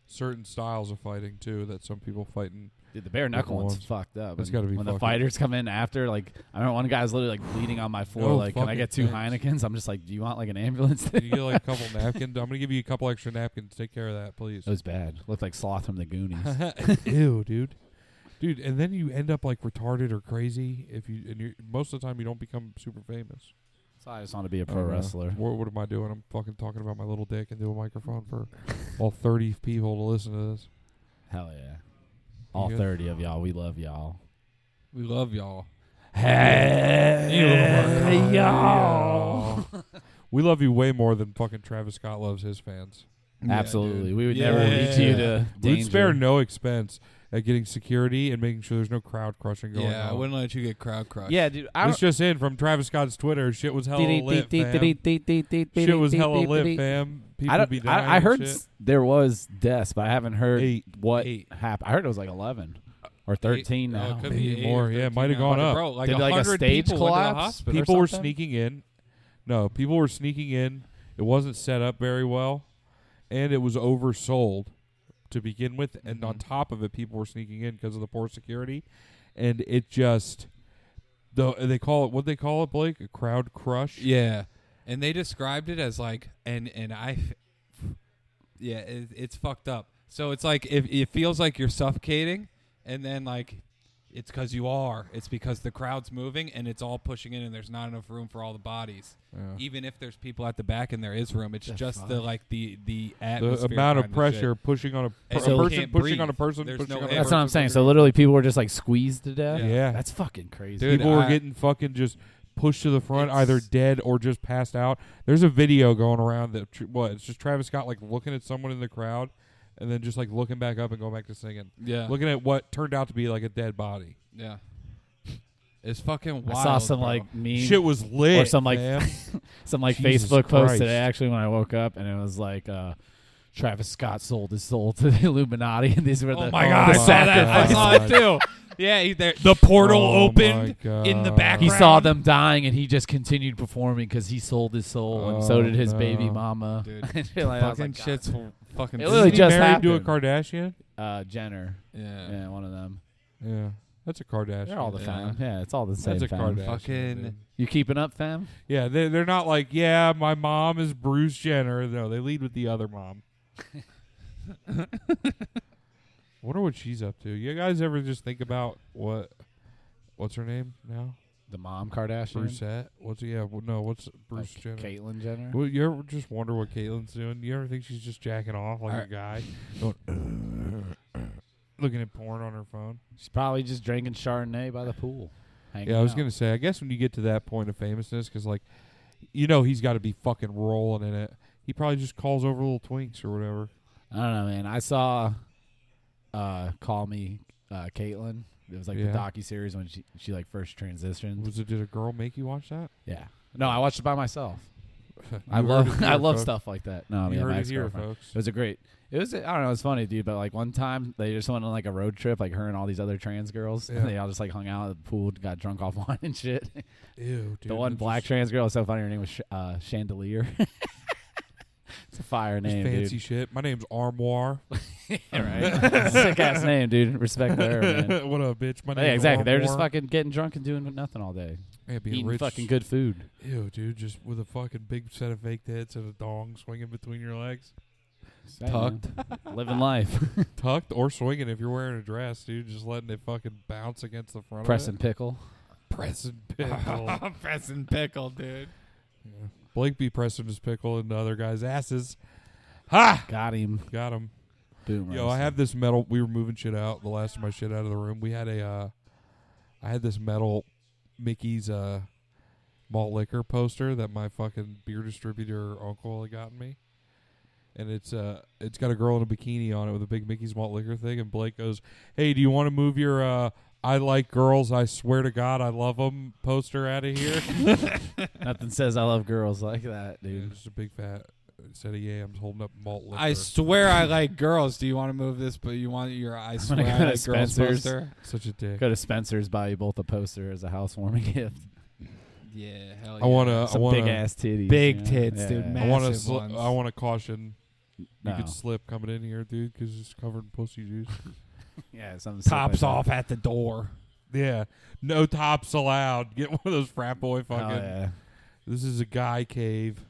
B: certain styles of fighting too. That some people fight in.
E: Dude, the bare knuckle
B: Knuckle
E: one's
B: ones.
E: fucked up.
B: That's
E: And
B: gotta be
E: when
B: fucked
E: the
B: up.
E: fighters come in after. Like I remember one guy was literally like bleeding on my floor.
B: No
E: like, can I
B: fucking
E: get two
B: thanks.
E: Heinekens? I'm just like, do you want like an ambulance? *laughs*
B: Can
E: it
B: you get like a couple napkins? I'm gonna give you a couple extra napkins. Take care of that, please.
E: *laughs* was bad. Looked like Sloth from the Goonies.
B: *laughs* Ew, dude. Dude, and then you end up like retarded or crazy if you and you most of the time you don't become super famous.
E: so I just want to be a
B: I
E: pro
B: don't know.
E: wrestler.
B: What, what am I doing? I'm fucking talking about my little dick into a microphone for all 30 people to listen to this.
E: Hell yeah! All
B: good?
E: thirty of y'all, we love y'all.
C: We love y'all.
E: Hey,
B: *laughs* we love you way more than fucking Travis Scott loves his fans.
E: Absolutely, we would
F: Yeah,
E: never
F: dude.
E: lead you to
B: We'd
E: danger.
B: spare no expense at getting security and making sure there's no crowd crushing going
F: yeah, I
B: on.
F: wouldn't let you get crowd crushed.
E: Yeah, dude. I
B: This just in from Travis Scott's Twitter. Shit was hella lit, fam. Shit
A: Shit
B: was hella lit, fam.
E: I
B: People
E: don't.
B: be dying.
E: I, I
B: and
E: heard
B: shit.
E: s- there was deaths, but I haven't heard
B: Eight.
E: what
F: Eight.
E: happened. I heard it was like eleven or thirteen
F: Oh,
E: now.
F: it could
B: Maybe
F: be eight
B: more.
F: or
B: Yeah, it
F: 13
B: might have
F: now.
B: gone
F: But
B: up.
F: Bro, like
E: Did, like, a
F: 100
E: stage
F: people went to the
E: collapse?
F: hospital or
B: People were
F: something?
B: sneaking in. No, people were sneaking in. It wasn't set up very well, and it was oversold to begin with. And on
E: Mm-hmm.
B: top of it, people were sneaking in because of the poor security, and it just the they call it what they call it, Blake, a crowd crush.
F: Yeah, and they described it as like, and and I, yeah, it, it's fucked up. So it's like if it feels like you're suffocating, and then like, it's because you are. It's because the crowd's moving and it's all pushing in, and there's not enough room for all the bodies.
B: Yeah.
F: Even if there's people at the back and there is room, it's just the like the the
B: The
F: atmosphere
B: amount of
F: behind the shit.
B: pressure pushing on a, per-
F: And
B: a
F: so-
B: person,
F: can't
B: pushing on a
F: breathe.
B: person,
F: There's
B: pushing
F: no
B: on a
F: air.
B: person.
F: That's
E: That's what I'm saying. So literally, people were just like squeezed to death.
B: Yeah.
E: That's fucking crazy.
F: Dude,
B: people were
F: I-
B: getting fucking just pushed to the front,
F: It's-
B: either dead or just passed out. There's a video going around that tr- what it's just Travis Scott like looking at someone in the crowd, and then just like looking back up and going back to singing,
F: Yeah,
B: looking at what turned out to be like a dead body.
F: yeah. It's fucking
E: I
F: wild.
E: saw some
F: bro.
E: like meme
B: Shit was lit,
E: Or some, like,
F: *laughs*
B: man.
E: some like
B: Jesus
E: Facebook post
B: Christ.
E: today actually when I woke up and it was like uh Travis Scott sold his soul to the Illuminati and these were the
F: Oh my
B: Oh
F: god,
B: my
F: I saw that. I
E: *laughs*
F: saw it too. Yeah, he, there, the portal
B: Oh my
F: opened in the
B: God.
F: background.
E: he saw them dying and he just continued performing because he sold his soul and so
B: Oh,
E: did his
B: no.
E: baby mama.
F: *laughs* Dude,
E: And shit like that. I was
F: fucking
E: like,
F: shit's fucking.
E: It literally
B: Isn't he
E: just
B: married to a
E: happened.
B: Kardashian.
E: Uh, Jenner,
F: *laughs* yeah.
E: yeah, one of them.
B: Yeah, that's a Kardashian.
E: They're all the
F: Yeah.
E: fam. Yeah, it's all the same.
B: that's a
E: fam.
B: Kardashian.
F: Fucking-
B: dude.
E: You keeping up, fam?
B: yeah. They, they're not like yeah. My mom is Bruce Jenner. No, they lead with the other
E: *laughs*
B: mom. Wonder what she's up to. You guys ever just think about what? What's her name now?
E: The mom Kardashian,
B: Brucette. What's yeah? Well, no, what's Bruce
E: like
B: Jenner?
E: Caitlyn Jenner.
B: Well, you ever just wonder what Caitlyn's doing? You ever think she's just jacking off like a
E: Alright.
B: guy, going, *clears throat* looking at porn on her phone?
E: She's probably just drinking Chardonnay by the pool. hanging
B: Yeah, I was
E: out.
B: gonna say. I guess when you get to that point of famousness, because like, you know, he's got to be fucking rolling in it. He probably just calls over little twinks or whatever.
E: I don't know, man. I saw uh Call Me uh Caitlin. It was like
B: Yeah.
E: the docu series when she she like first transitioned.
B: Was it? Did a girl make you watch
E: *laughs*
B: that?
E: Yeah. No, I watched it by myself.
B: You
E: I
B: heard it
E: *laughs* love
B: here,
E: I love
B: folks.
E: stuff like that. No, I mean,
B: You
E: my
B: heard it here,
E: ex-girlfriend.
B: folks.
E: It was a great. It was. I don't know. It was funny, dude. But like one time, they just went on like a road trip, like her and all these other trans girls.
B: Yeah.
E: they all just like hung out at the pool, got drunk off *laughs* wine and shit.
B: Ew, dude.
E: the one
B: that's
E: black
B: just-
E: trans girl was so funny. Her name was Sh- uh, Chandelier. *laughs* it's a fire
B: just
E: name,
B: fancy
E: dude.
B: shit. My name's Armoire.
E: *laughs* right? Sick ass name, dude. Respect
B: *laughs*
E: to her, man.
B: what up, bitch? My
E: Yeah,
B: name's
E: exactly. They're just
B: Armoire.
E: fucking getting drunk and doing nothing all day,
B: Yeah, being
E: eating
B: rich.
E: fucking good food.
B: Ew, dude, just with a fucking big set of fake tits and a dong swinging between your legs,
E: Hey, man.
F: *laughs*
E: living
B: *laughs*
E: life,
B: tucked or swinging if you're wearing a dress, dude. Just letting it fucking bounce against the front.
E: press and pickle.
B: pressing pickle.
F: pressing pickle, dude.
B: Yeah. Blake be pressing his pickle into other guys' asses. Ha!
E: Got him.
B: Got him.
E: Boom.
B: Yo, I
E: roasted.
B: have this metal. We were moving shit out. The last of my shit out of the room. We had a. Uh, I had this metal Mickey's uh, malt liquor poster that my fucking beer distributor uncle had gotten me, and it's uh, it's got a girl in a bikini on it with a big Mickey's malt liquor thing, and Blake goes, "Hey, do you want to move your uh, I like girls, I swear to God, I love them poster out of here?"
E: Nothing says I love girls like that,
B: Dude,
E: dude.
B: just a big fat uh, set of yams holding up malt liquor.
F: I swear I like girls. Do you want to move this? But you want your *laughs* I swear
E: gonna go
F: I
E: to
F: like girls
E: Spencer's.
F: poster?
B: Such a dick.
E: Go to Spencer's, buy you both a poster as a housewarming *laughs* gift.
F: Yeah, hell yeah.
B: I want to. I
E: Some
B: want
E: big
B: to.
E: ass titties,
F: Big
E: you know?
F: tits, dude.
E: Yeah.
B: I
F: Man.
B: want to.
F: massive
B: Sl-
F: ones.
B: I want to caution.
E: No.
B: You could slip coming in here, dude, because it's covered in pussy juice.
E: yeah, something sick like
F: tops
E: that.
F: off at the door.
B: yeah, no tops allowed. Get one of those frat boy
E: Hell
B: fucking.
E: yeah.
B: This is a guy cave,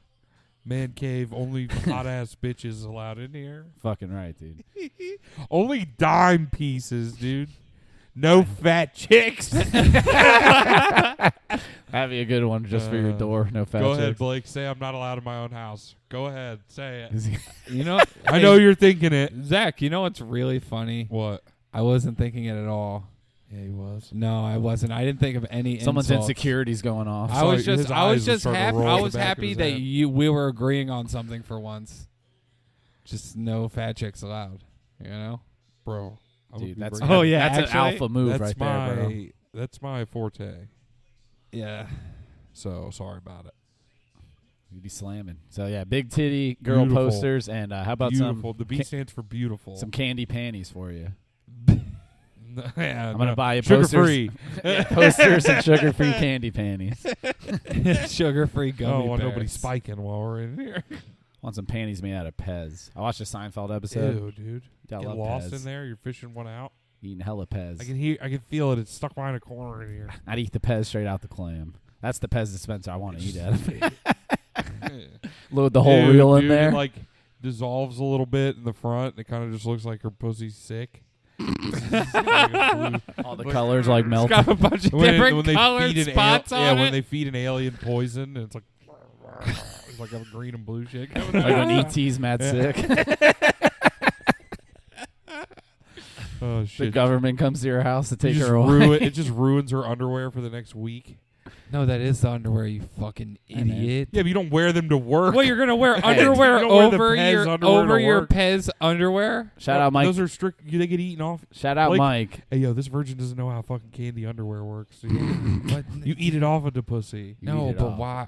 B: man cave. Only hot ass bitches allowed in here.
E: Fucking right, dude.
B: Only dime pieces, dude. No fat chicks.
E: That'd be a good one just for your
B: Uh,
E: door. No fat
B: Go ahead,
E: chicks.
B: Blake. Say I'm not allowed in my own house. Go ahead, say
E: *laughs*
B: it.
F: You *laughs* know,
B: I know you're thinking it.
F: Zach. You know what's really funny?
B: What?
F: I wasn't thinking it at all.
B: Yeah, he was.
F: No, I wasn't. I didn't think of any.
E: Someone's
F: insults.
E: insecurities going off.
F: I
B: So
F: was just,
B: his
F: I
B: eyes
F: was
B: would
F: just
B: start to
F: happy.
B: roll
F: I
B: the
F: was
B: back of
F: happy
B: his
F: that
B: head.
F: you, we were agreeing on something for once. Just no fat chicks allowed. You know,
B: Bro, I'm
E: Dude, that's
B: bringing-
E: oh
C: yeah,
E: yeah, that's an
C: actually,
E: alpha move
B: that's
E: right
B: my
E: there, bro.
B: that's my forte.
F: *laughs*
C: Yeah.
B: So sorry about it.
E: You'd be slamming. So yeah, big titty girl
B: Beautiful.
E: posters, and uh, how about
B: beautiful. the B
E: ca-
B: stands for beautiful.
E: some some candy panties for you.
B: *laughs*
E: *laughs*
B: yeah,
E: I'm gonna buy you
B: sugar
E: posters.
B: free.
E: Yeah, posters and sugar-free candy panties.
C: Sugar-free gummy
B: Oh,
C: bears.
B: nobody spiking while we're in
E: *laughs*
B: here.
E: Want some panties made out of Pez? I watched a Seinfeld episode.
B: Ew, dude.
E: Yeah, I
B: Get
E: love
B: lost
E: Pez.
B: in there. You're fishing one out.
E: Eating hella Pez.
B: I can hear. I can feel it. It's stuck behind a corner in here.
E: I'd eat the Pez straight out the clam. That's the Pez dispenser I want to
B: *laughs*
E: eat out of. Load the whole
B: Dude,
E: reel in
B: dude,
E: there.
B: It, like dissolves a little bit in the front. and It kind of just looks like her pussy's
E: *laughs*
B: sick.
E: All the colors like
B: *laughs*
E: melt.
C: Got a bunch of
B: when,
C: different
B: when they
C: colored
B: feed an
C: spots
B: al-
C: on
B: yeah,
C: it.
B: when they feed an alien poison, and it's like *laughs* it's like a green and blue shit. coming
E: like
B: out.
E: when ET's mad sick.
B: *laughs* oh
E: the
B: shit!
E: government comes to your house to
B: You
E: take
B: just
E: her away.
B: ruin- it just ruins her underwear for the next week.
C: no, that is the underwear, you fucking
E: Hey, man.
C: idiot.
B: Yeah, but you don't wear them to work.
C: Well, you're gonna wear
B: You
C: underwear
B: don't wear the
C: over
B: Pez
C: your
B: underwear
C: over
B: to
C: your
B: work.
C: Pez underwear.
E: *laughs* Shout out Mike.
B: Those are strict. You, they get eaten off.
E: Shout out
B: Blake-
E: Mike.
B: Hey, yo, this virgin doesn't know how fucking candy underwear works. dude. you eat it off of the pussy.
E: You eat
F: No,
E: it
F: but
E: all.
F: why?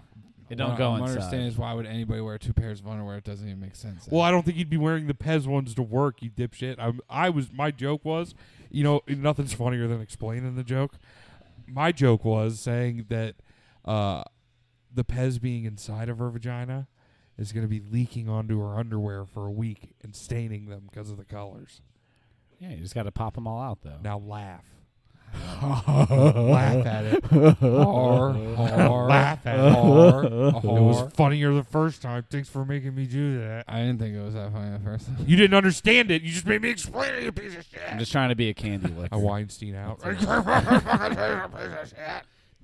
E: It don't
F: what
E: go
F: I'm
E: inside.
F: understanding is why would anybody wear two pairs of underwear? It doesn't even make sense.
B: Well, I don't think you'd be wearing the Pez ones to work, you dipshit. I, I was my joke was, you know, nothing's funnier than explaining the joke. My joke was saying that uh, the Pez being inside of her vagina is going to be leaking onto her underwear for a week and staining them because of the colors.
E: Yeah, you just got to pop them all out though.
B: Now laugh, *laughs* laugh at it,
F: Har, har,
B: laugh at it. *laughs*
F: har,
B: It was
F: har.
B: funnier the first time. Thanks for making me do that.
F: I didn't think it was that funny at first.
B: You didn't understand it. You just made me explain it, you piece of shit.
E: I'm just trying to be a candy
B: *laughs*
E: lick.
B: I Weinstein out.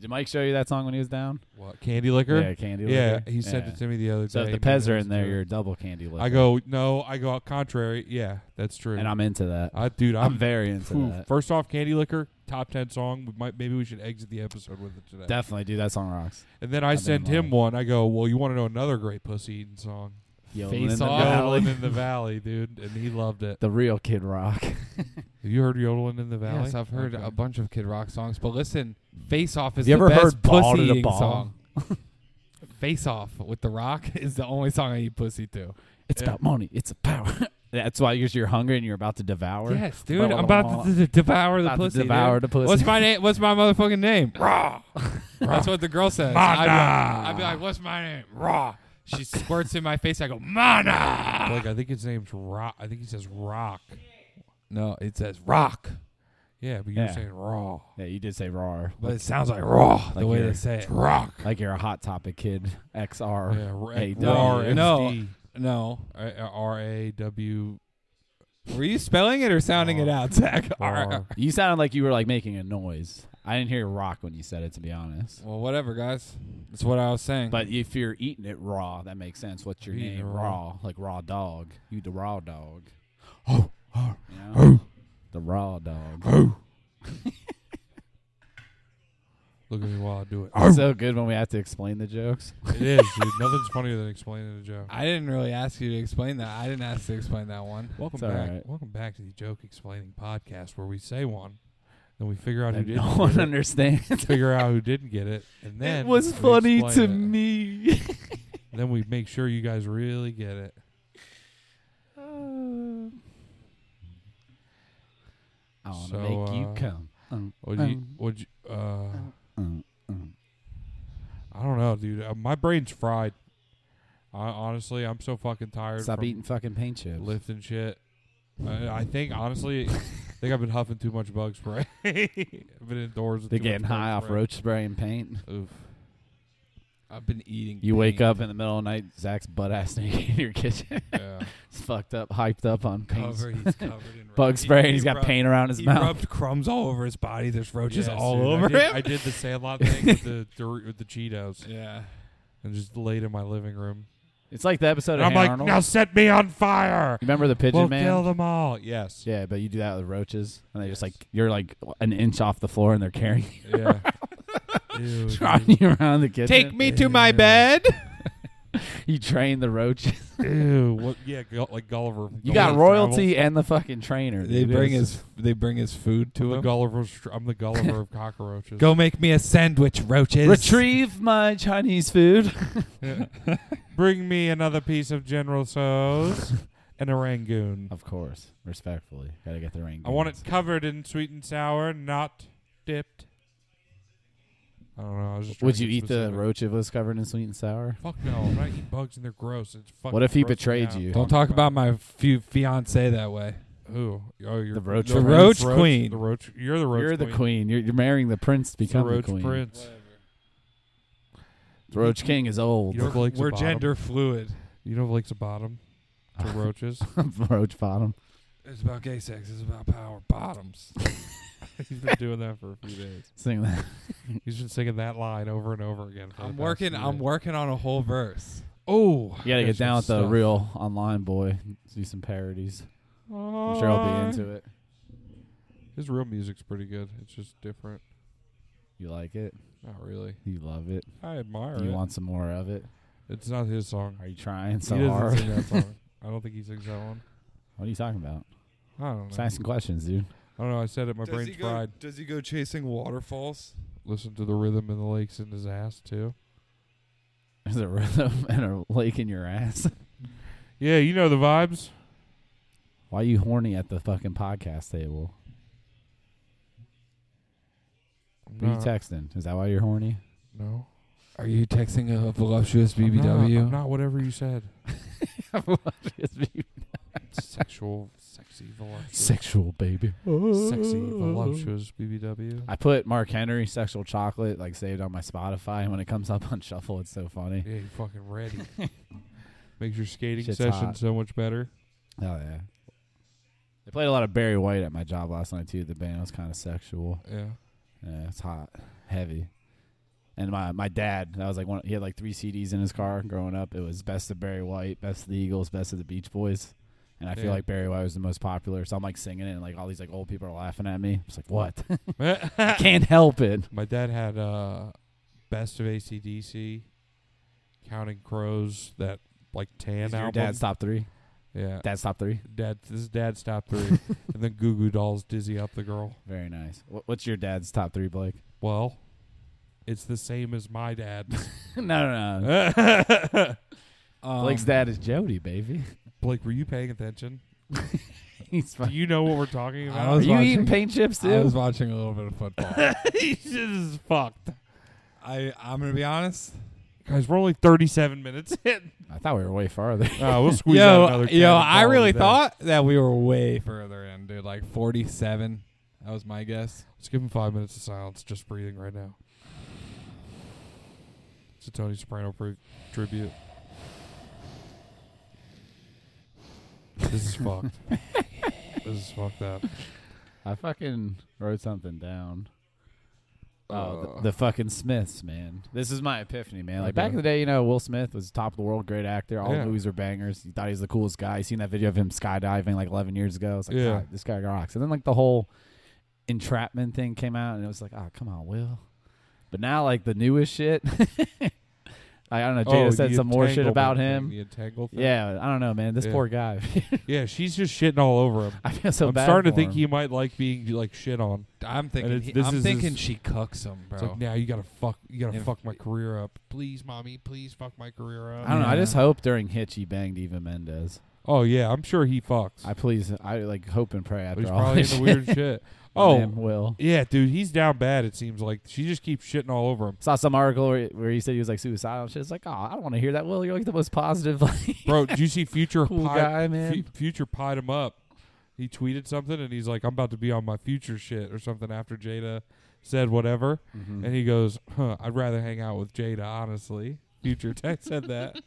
E: Did Mike show you that song when he was down?
B: what candy liquor?
E: Yeah, candy
B: Yeah,
E: liquor.
B: he sent
E: Yeah.
B: it to me the other
E: So
B: day.
E: if the
B: and I
E: Pez are in
B: listened
E: there,
B: to it.
E: you're a double candy lick.
B: I go no. I go contrary. Yeah, that's true.
E: and I'm into that.
B: I, dude, I'm,
E: I'm very into
B: phew.
E: that.
B: First off, candy liquor top ten song. We might maybe we should exit the episode with it today.
E: Definitely, dude. That song rocks.
B: and then I
E: I've been
B: send him
E: involved.
B: one. I go, well, you want to know another great pussy eating song?
E: Yo,
C: Face
E: Linda
C: Off.
E: Valley.
B: Yodeling in the Valley, dude, and he loved it.
E: The real Kid Rock.
B: Have you heard Yodeling in the Valley?
F: Yes, I've heard
B: Okay.
F: a bunch of Kid Rock songs, but listen, Face Off is
E: You
F: the
E: ever
F: best
E: heard Ball to
F: pussy
E: the
F: eating
E: Ball?
F: song.
E: *laughs*
F: Face Off with the Rock *laughs* is the only song I eat pussy to.
E: It's
B: Yeah.
E: about money. It's a power. That's why you're, you're hungry and you're about to devour.
F: Yes, dude, I'm about to d- devour the
E: About to
F: pussy. dude.
E: devour the pussy.
F: What's my name? What's my
E: *laughs*
F: motherfucking name? Raw. That's what the girl says. I'd
B: Mana.
F: be, like, I'd be like, "What's my name?" Raw. She squirts in my face. I go, "Mana."
B: Like I think his name's Rock. I think he says Rock.
F: No, it says rock,
B: Yeah, but you're
E: Yeah.
B: saying Raw.
E: Yeah, you did say raw.
F: but it sounds like raw the
E: Like
F: way
E: you're-
F: they say it.
B: Rock.
E: Like you're a hot topic kid. XR.
B: Yeah, ra-
E: Hey,
B: raw
E: W.
B: XD.
F: No. No,
B: R- R A W
F: were you spelling it or sounding it out, Zach?
B: R.
E: You sounded like you were like making a noise. I didn't hear rock when you said it, to be honest.
F: Well, whatever, guys. That's what I was saying.
E: But if you're eating it raw, that makes sense. What's your
B: Eating it
E: name?
B: raw.
E: Raw. Like raw dog. You the raw dog. Oh, oh, the raw dog.
B: Look at me while I do it.
E: It's so good when we have to explain the jokes.
B: it is, dude. Nothing's funnier than explaining a joke.
F: I didn't really ask you to explain that. I didn't ask to explain that one.
B: Welcome
E: It's all
B: back.
E: right.
B: Welcome back to the joke explaining podcast where we say one, then we figure out who
E: That
B: didn't
E: no
B: get
E: one *laughs*
B: it, *laughs*
E: understands.
B: figure out who didn't get it, and then we explain it.
E: me.
B: Then we make sure you guys really get it.
E: I want to
B: So,
E: make you
B: uh,
E: come. Um,
B: Would you?
E: um,
B: Would you? Uh,
E: um, um.
B: I don't know, dude. Uh, my brain's fried. I, honestly, I'm so fucking tired.
E: Stop
B: from
E: eating fucking paint chips.
B: lifting shit. I, I think
E: *laughs*
B: honestly, I think I've been huffing too much bug spray. *laughs* I've been indoors. With
E: They're
B: too
E: getting
B: much bug
E: high off
B: spray.
E: roach spray and paint.
B: Oof.
F: I've been eating.
E: You wake
F: paint
E: up in the middle of the night, Zach's butt ass *laughs* naked in your kitchen.
B: Yeah.
E: *laughs* It's fucked up, hyped up on paint.
F: Covered. He's covered
E: *laughs*
F: in
E: Bug
F: roach.
E: spray, and
F: He
E: he's got
F: rubbed-
E: paint around his
F: He
E: mouth.
F: rubbed crumbs all over his body. There's roaches
B: Yes,
F: all
B: dude.
F: over
B: I did,
F: him.
B: I did the Sandlot thing with the *laughs* Dor- with the Cheetos
F: Yeah.
B: and just laid in my living room.
E: It's like the episode
B: And
E: of
B: I'm
E: Hey
B: like,
E: Arnold.
B: now set me on fire.
E: Remember the pigeon
B: we'll
E: man?
B: kill them all. Yes.
E: Yeah, but you do that with roaches, and they just like you're like an inch off the floor, and they're carrying you, *laughs*
B: Yeah. Ew, dude.
E: trotting you around the kitchen.
F: Take me to my bed.
E: *laughs* you train the roaches.
B: Ew. What, yeah, Gull- like Gulliver.
E: You got
B: Gulliver's
E: royalty and the fucking trainer.
F: They
E: dude.
F: bring
E: It's-
F: his they bring his food
B: Travels. I'm the
F: to him.
B: Gulliver's. tr- I'm the
E: *laughs*
B: Gulliver of cockroaches.
F: Go make me a sandwich, roaches.
E: retrieve my Chinese *laughs* food.
B: Yeah. Bring me another piece of General So's and a Rangoon.
E: Of course, respectfully, gotta get the ring.
B: I want it covered in sweet and sour, not dipped. I don't know. I was just trying
E: Would
B: to
E: you
B: get
E: eat the
B: specific.
E: roach if it was covered in sweet and sour?
B: Fuck no! I'm not eating bugs and they're gross. It's fucking.
E: What if he
B: grosses me
E: betrayed
B: out.
E: you?
F: Don't talk about my fu- fiance that way.
B: Who? Oh, you're
E: The roach
B: no,
E: queen.
F: roach
B: the
F: queen.
B: The roach. You're the roach.
E: You're the
B: queen.
E: queen. You're, you're marrying the prince to
B: It's the
E: become the
B: roach
E: queen.
B: prince.
E: The roach king is old.
B: You don't like
F: We're
B: the bottom.
F: gender fluid.
B: You know, like the bottom
E: *laughs*
B: to roaches.
E: roach bottom.
F: It's about gay sex. It's about power bottoms.
B: *laughs* He's been doing that for a few days.
E: Sing that.
B: He's been singing that line over and over again. for the
F: I'm
B: past
F: working.
B: few
F: I'm
B: days.
F: working on a whole verse.
B: Oh,
E: You gotta
B: there's
E: get down with
B: some
E: the
B: stuff.
E: real online boy. Do some parodies. I'm sure I'll be into it.
B: His real music's pretty good. It's just different.
E: You like it?
B: Not really.
E: You love it?
B: I admire
E: you
B: it.
E: want some more of it?
B: it's not his song.
E: Are you trying so
B: he doesn't
E: hard?
B: sing that song. I don't think he sings that one.
E: *laughs* What are you talking about?
B: I don't
E: Just
B: know.
E: asking questions, dude. *laughs*
B: I don't know. I said it. My brain's fried.
F: does he go chasing waterfalls?
B: Listen to the rhythm in the lakes in his ass too.
E: There's a rhythm *laughs* and a lake in your ass. *laughs*
B: Yeah, you know the vibes.
E: Why you horny at the fucking podcast table? Who
B: No.
E: you texting? Is that why
B: *laughs*
E: you're horny? *laughs*
B: No.
F: Are you texting a voluptuous
B: I'm not-
F: BBW?
B: I'm not whatever you said. Sexual, sexy, voluptuous.
E: *laughs* Sexual baby.
B: Sexy, voluptuous BBW.
E: I put Mark Henry sexual chocolate like saved on my Spotify and when it comes up on *laughs* shuffle it's so funny.
B: Yeah, you fucking
E: *laughs*
B: ready. Makes your skating
E: Shit's
B: session
E: hot.
B: so much better.
E: Oh yeah. They played a lot of Barry White at my job last night too. The band was kind of sexual.
B: Yeah.
E: Yeah, it's hot, heavy. And my my dad, that was like one. He had like three CDs in his car growing up. It was best of Barry White, best of the Eagles, best of the Beach Boys. And I
B: Yeah.
E: feel like Barry White was the most popular. So I'm like singing it, and like all these like old people are laughing at me. It's like what? I *laughs* can't help it.
B: My dad had uh, best of ACDC, Counting Crows, that like tan
E: Is
B: album.
E: your dad's top three.
B: yeah.
E: Dad's top three.
B: Dad, this is Dad's top
F: *laughs*
B: three, and then Goo Goo Dolls dizzy up the girl.
E: *laughs* Very nice. Wh- What's your dad's top three, Blake?
B: Well, it's the same as my
F: *laughs*
B: dad's.
E: no, no, no.
F: Um,
E: Uh, Blake's dad is Jody, baby. *laughs*
B: Blake, were you paying
F: *laughs*
B: attention?
E: He's
B: Do
E: fine.
B: you know what we're talking
F: I
B: about?
E: Are
F: was
E: you
F: watching-
E: eating paint chips too?
F: I was watching a little bit of football.
B: *laughs* this is fucked,
F: *laughs* I I'm gonna be honest.
B: guys. We're only thirty-seven
F: *laughs*
B: minutes in.
E: I thought we were way farther. *laughs*
B: Oh, we'll squeeze out
F: Yo,
B: another.
F: yo,
B: cannonball
F: I really
B: with that.
F: thought that we were way further in, dude. Like 47. That was my guess.
B: Let's give him five minutes of silence, just breathing right now. It's a Tony Soprano pri- tribute. This is fucked.
E: *laughs*
B: this is fucked up.
E: I fucking wrote something down. Oh,
B: Uh.
E: the, the fucking Smiths, man. This is my epiphany, man. Like back
B: Okay.
E: in the day, you know, Will Smith was top of the world, great actor. All
B: Yeah.
E: the movies were bangers. You thought he was the coolest guy. You seen that video of him skydiving like 11 years ago. It's like,
B: Yeah.
E: God, this guy rocks. And then like the whole entrapment thing came out, and it was like, oh, come on, Will. But now like the newest shit. *laughs* like, I don't know. Jada
B: Oh,
E: said
B: the
E: some more shit
B: entanglement
E: about
B: thing,
E: him.
B: The entangle thing.
E: Yeah, I don't know, man. This
B: Yeah.
E: poor guy. *laughs*
B: Yeah, she's just shitting all over him.
E: I feel *laughs* so
B: I'm
E: bad.
B: starting to
E: for
B: think
E: him.
B: he might like being like shit on.
F: I'm thinking.
B: it's-
F: He,
B: this
F: I'm
B: is
F: thinking
B: his-
F: she cooks him, bro.
B: It's like now you gotta fuck, you gotta
F: Yeah.
B: fuck my career up. Please, mommy, please fuck my career up.
E: I don't know. I
F: Yeah.
E: just hope during Hitch he banged Eva Mendez.
B: oh yeah, I'm sure he fucks.
E: I please, I like hope and pray
B: But
E: after
B: he's
E: all
B: probably
E: this.
B: into
E: shit.
B: weird
E: *laughs*
B: shit.
E: My
B: Oh,
E: man Will.
B: Yeah, dude, he's down bad. It seems like she just keeps shitting all over him,
E: Saw some article where, where he said he was like suicidal. and shit. It's like, oh, I don't want to hear that. Will, you're like the most positive, *laughs* like,
B: bro. Do you see Future
E: *laughs* cool
B: pie,
E: guy,
B: Fu-
E: man.
B: Future pied him up? He tweeted something and he's like, "I'm about to be on my Future shit" or something after Jada said whatever,
E: Mm.
B: and he goes, "Huh, I'd rather hang out with Jada, honestly." Future *laughs* Tech said that.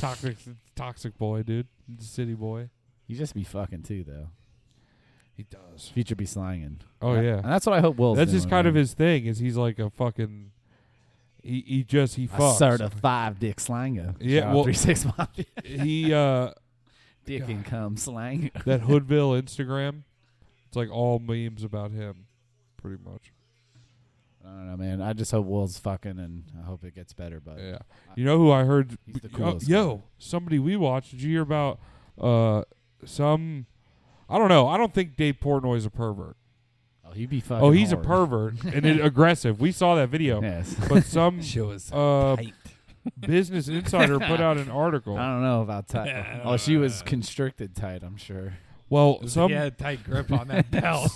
B: toxic, toxic boy, dude, city boy.
E: You just be fucking too, though.
B: He does.
E: Future be slanging.
B: Oh
E: And-
B: yeah,
E: and that's what I hope Will.
B: that's just kind of his thing. Is he's like a fucking, he he just he
E: a
B: fucks.
E: certified dick slanger.
B: Yeah,
E: Shout out
B: well-
E: three six mafia.
B: He uh.
E: *laughs*
B: *laughs*
E: dick
B: God.
E: income slang. *laughs*
B: that Hoodville Instagram. It's like all memes about him, pretty much.
E: I don't know, man. I just hope Will's fucking, and I hope it gets better. But
B: Yeah. You know who I heard?
E: He's the
B: Oh,
E: coolest guy.
B: yo, somebody we watched. Did you hear about uh some? I don't know. I don't think Dave Portnoy's a pervert.
E: oh, he'd be fucking.
B: Oh, he's a
E: hard. *laughs*
B: pervert and it, uh, aggressive. We saw that video.
E: Yes.
B: But some
F: She was
B: uh,
F: tight.
B: business insider put out
E: *laughs*
B: an article.
E: I don't know about tight. oh,
B: *laughs*
E: she was constricted tight. I'm sure.
B: Well, some
F: He had a tight grip
B: *laughs*
F: on that belt.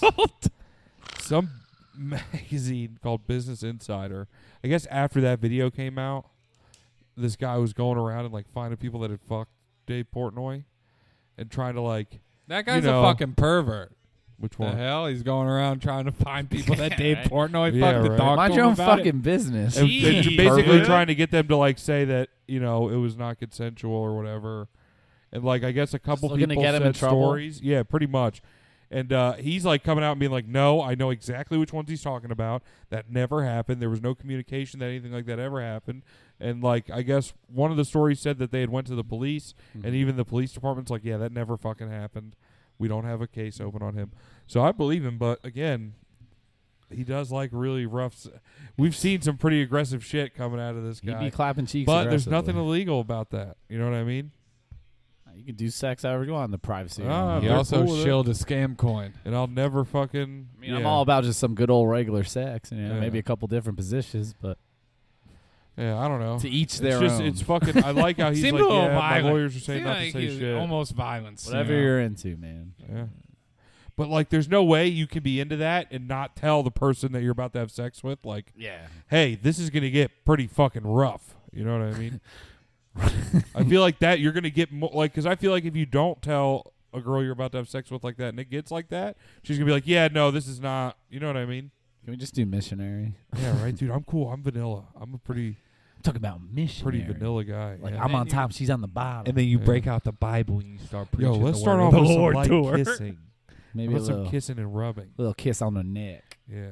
B: some *laughs* magazine called Business Insider. I guess after that video came out, this guy was going around and like finding people that had fucked Dave Portnoy and trying to like
F: That guy's
B: know,
F: a fucking pervert.
B: which
F: The
B: one?
F: hell? He's going around trying to find people
B: *laughs*
F: that Dave Portnoy
B: Yeah,
F: fucked the
B: right.
F: dog.
E: Mind
F: to
E: your own
F: about
E: fucking business.
B: And- and
F: Jeez.
B: basically
F: Pervert.
B: trying to get them to like say that you know it was not consensual or whatever, and like I guess a couple
E: looking to
B: people
E: get him
B: said
E: in trouble?
B: stories. Yeah, pretty much. And uh, he's like coming out and being like, "No, I know exactly which ones he's talking about. That never happened. There was no communication that anything like that ever happened." And like I guess one of the stories said that they had went to the police, and even the police department's like, "Yeah, that never fucking happened. We don't have a case open on him." So I believe him, but again, he does like really rough. s- We've seen some pretty aggressive shit coming out of this
E: He'd
B: guy,
E: be clapping cheeks.
B: but there's nothing
E: aggressively.
B: illegal about that. You know what I mean?
E: You can do sex however you want in the privacy. of your
B: Ah,
E: own
F: He
B: They're
E: home.
F: also
B: cool with it.
F: shilled a scam coin.
B: And I'll never fucking.
E: I mean, I'm all about just some good old regular sex, and you know,
B: Yeah.
E: maybe a couple different positions, but
B: Yeah, I don't know.
E: to each
B: It's
E: their
B: just
E: own.
B: it's fucking. I like
E: *laughs*
B: how he's
F: Seemed
B: like,
F: a little
B: yeah, my
F: violent.
B: lawyers are saying
F: Seemed
B: not to
F: like
B: say
F: he-
B: shit.
F: Almost violence. you
E: whatever
F: know?
E: you're into, man.
B: Yeah. But like, there's no way you can be into that and not tell the person that you're about to have sex with, like,
E: Yeah.
B: hey, this is gonna get pretty fucking rough. You know what I *laughs* mean? I feel like that you're gonna get mo- like because I feel like if you don't tell a girl you're about to have sex with like that and it gets like that, she's gonna be like, yeah, no, this is not. You know what I mean?
E: Can we just do missionary?
B: Yeah, right, dude. I'm cool. I'm vanilla. I'm a pretty
E: Talk about missionary.
B: pretty vanilla guy.
E: Like
B: yeah.
E: I'm
F: then
E: on
F: you-
E: top, she's on the bottom.
F: And then you
B: Yeah.
F: break out the Bible and you start
B: Yo,
F: preaching.
B: let's
F: the
B: start
F: word
B: off
F: of
B: with
F: the
B: some *laughs*
F: Lord *laughs*
B: light
F: to her.
B: kissing.
E: maybe
B: How
E: a
B: about
E: little,
B: some kissing and rubbing?
E: little kiss on the neck,
B: Yeah.
E: A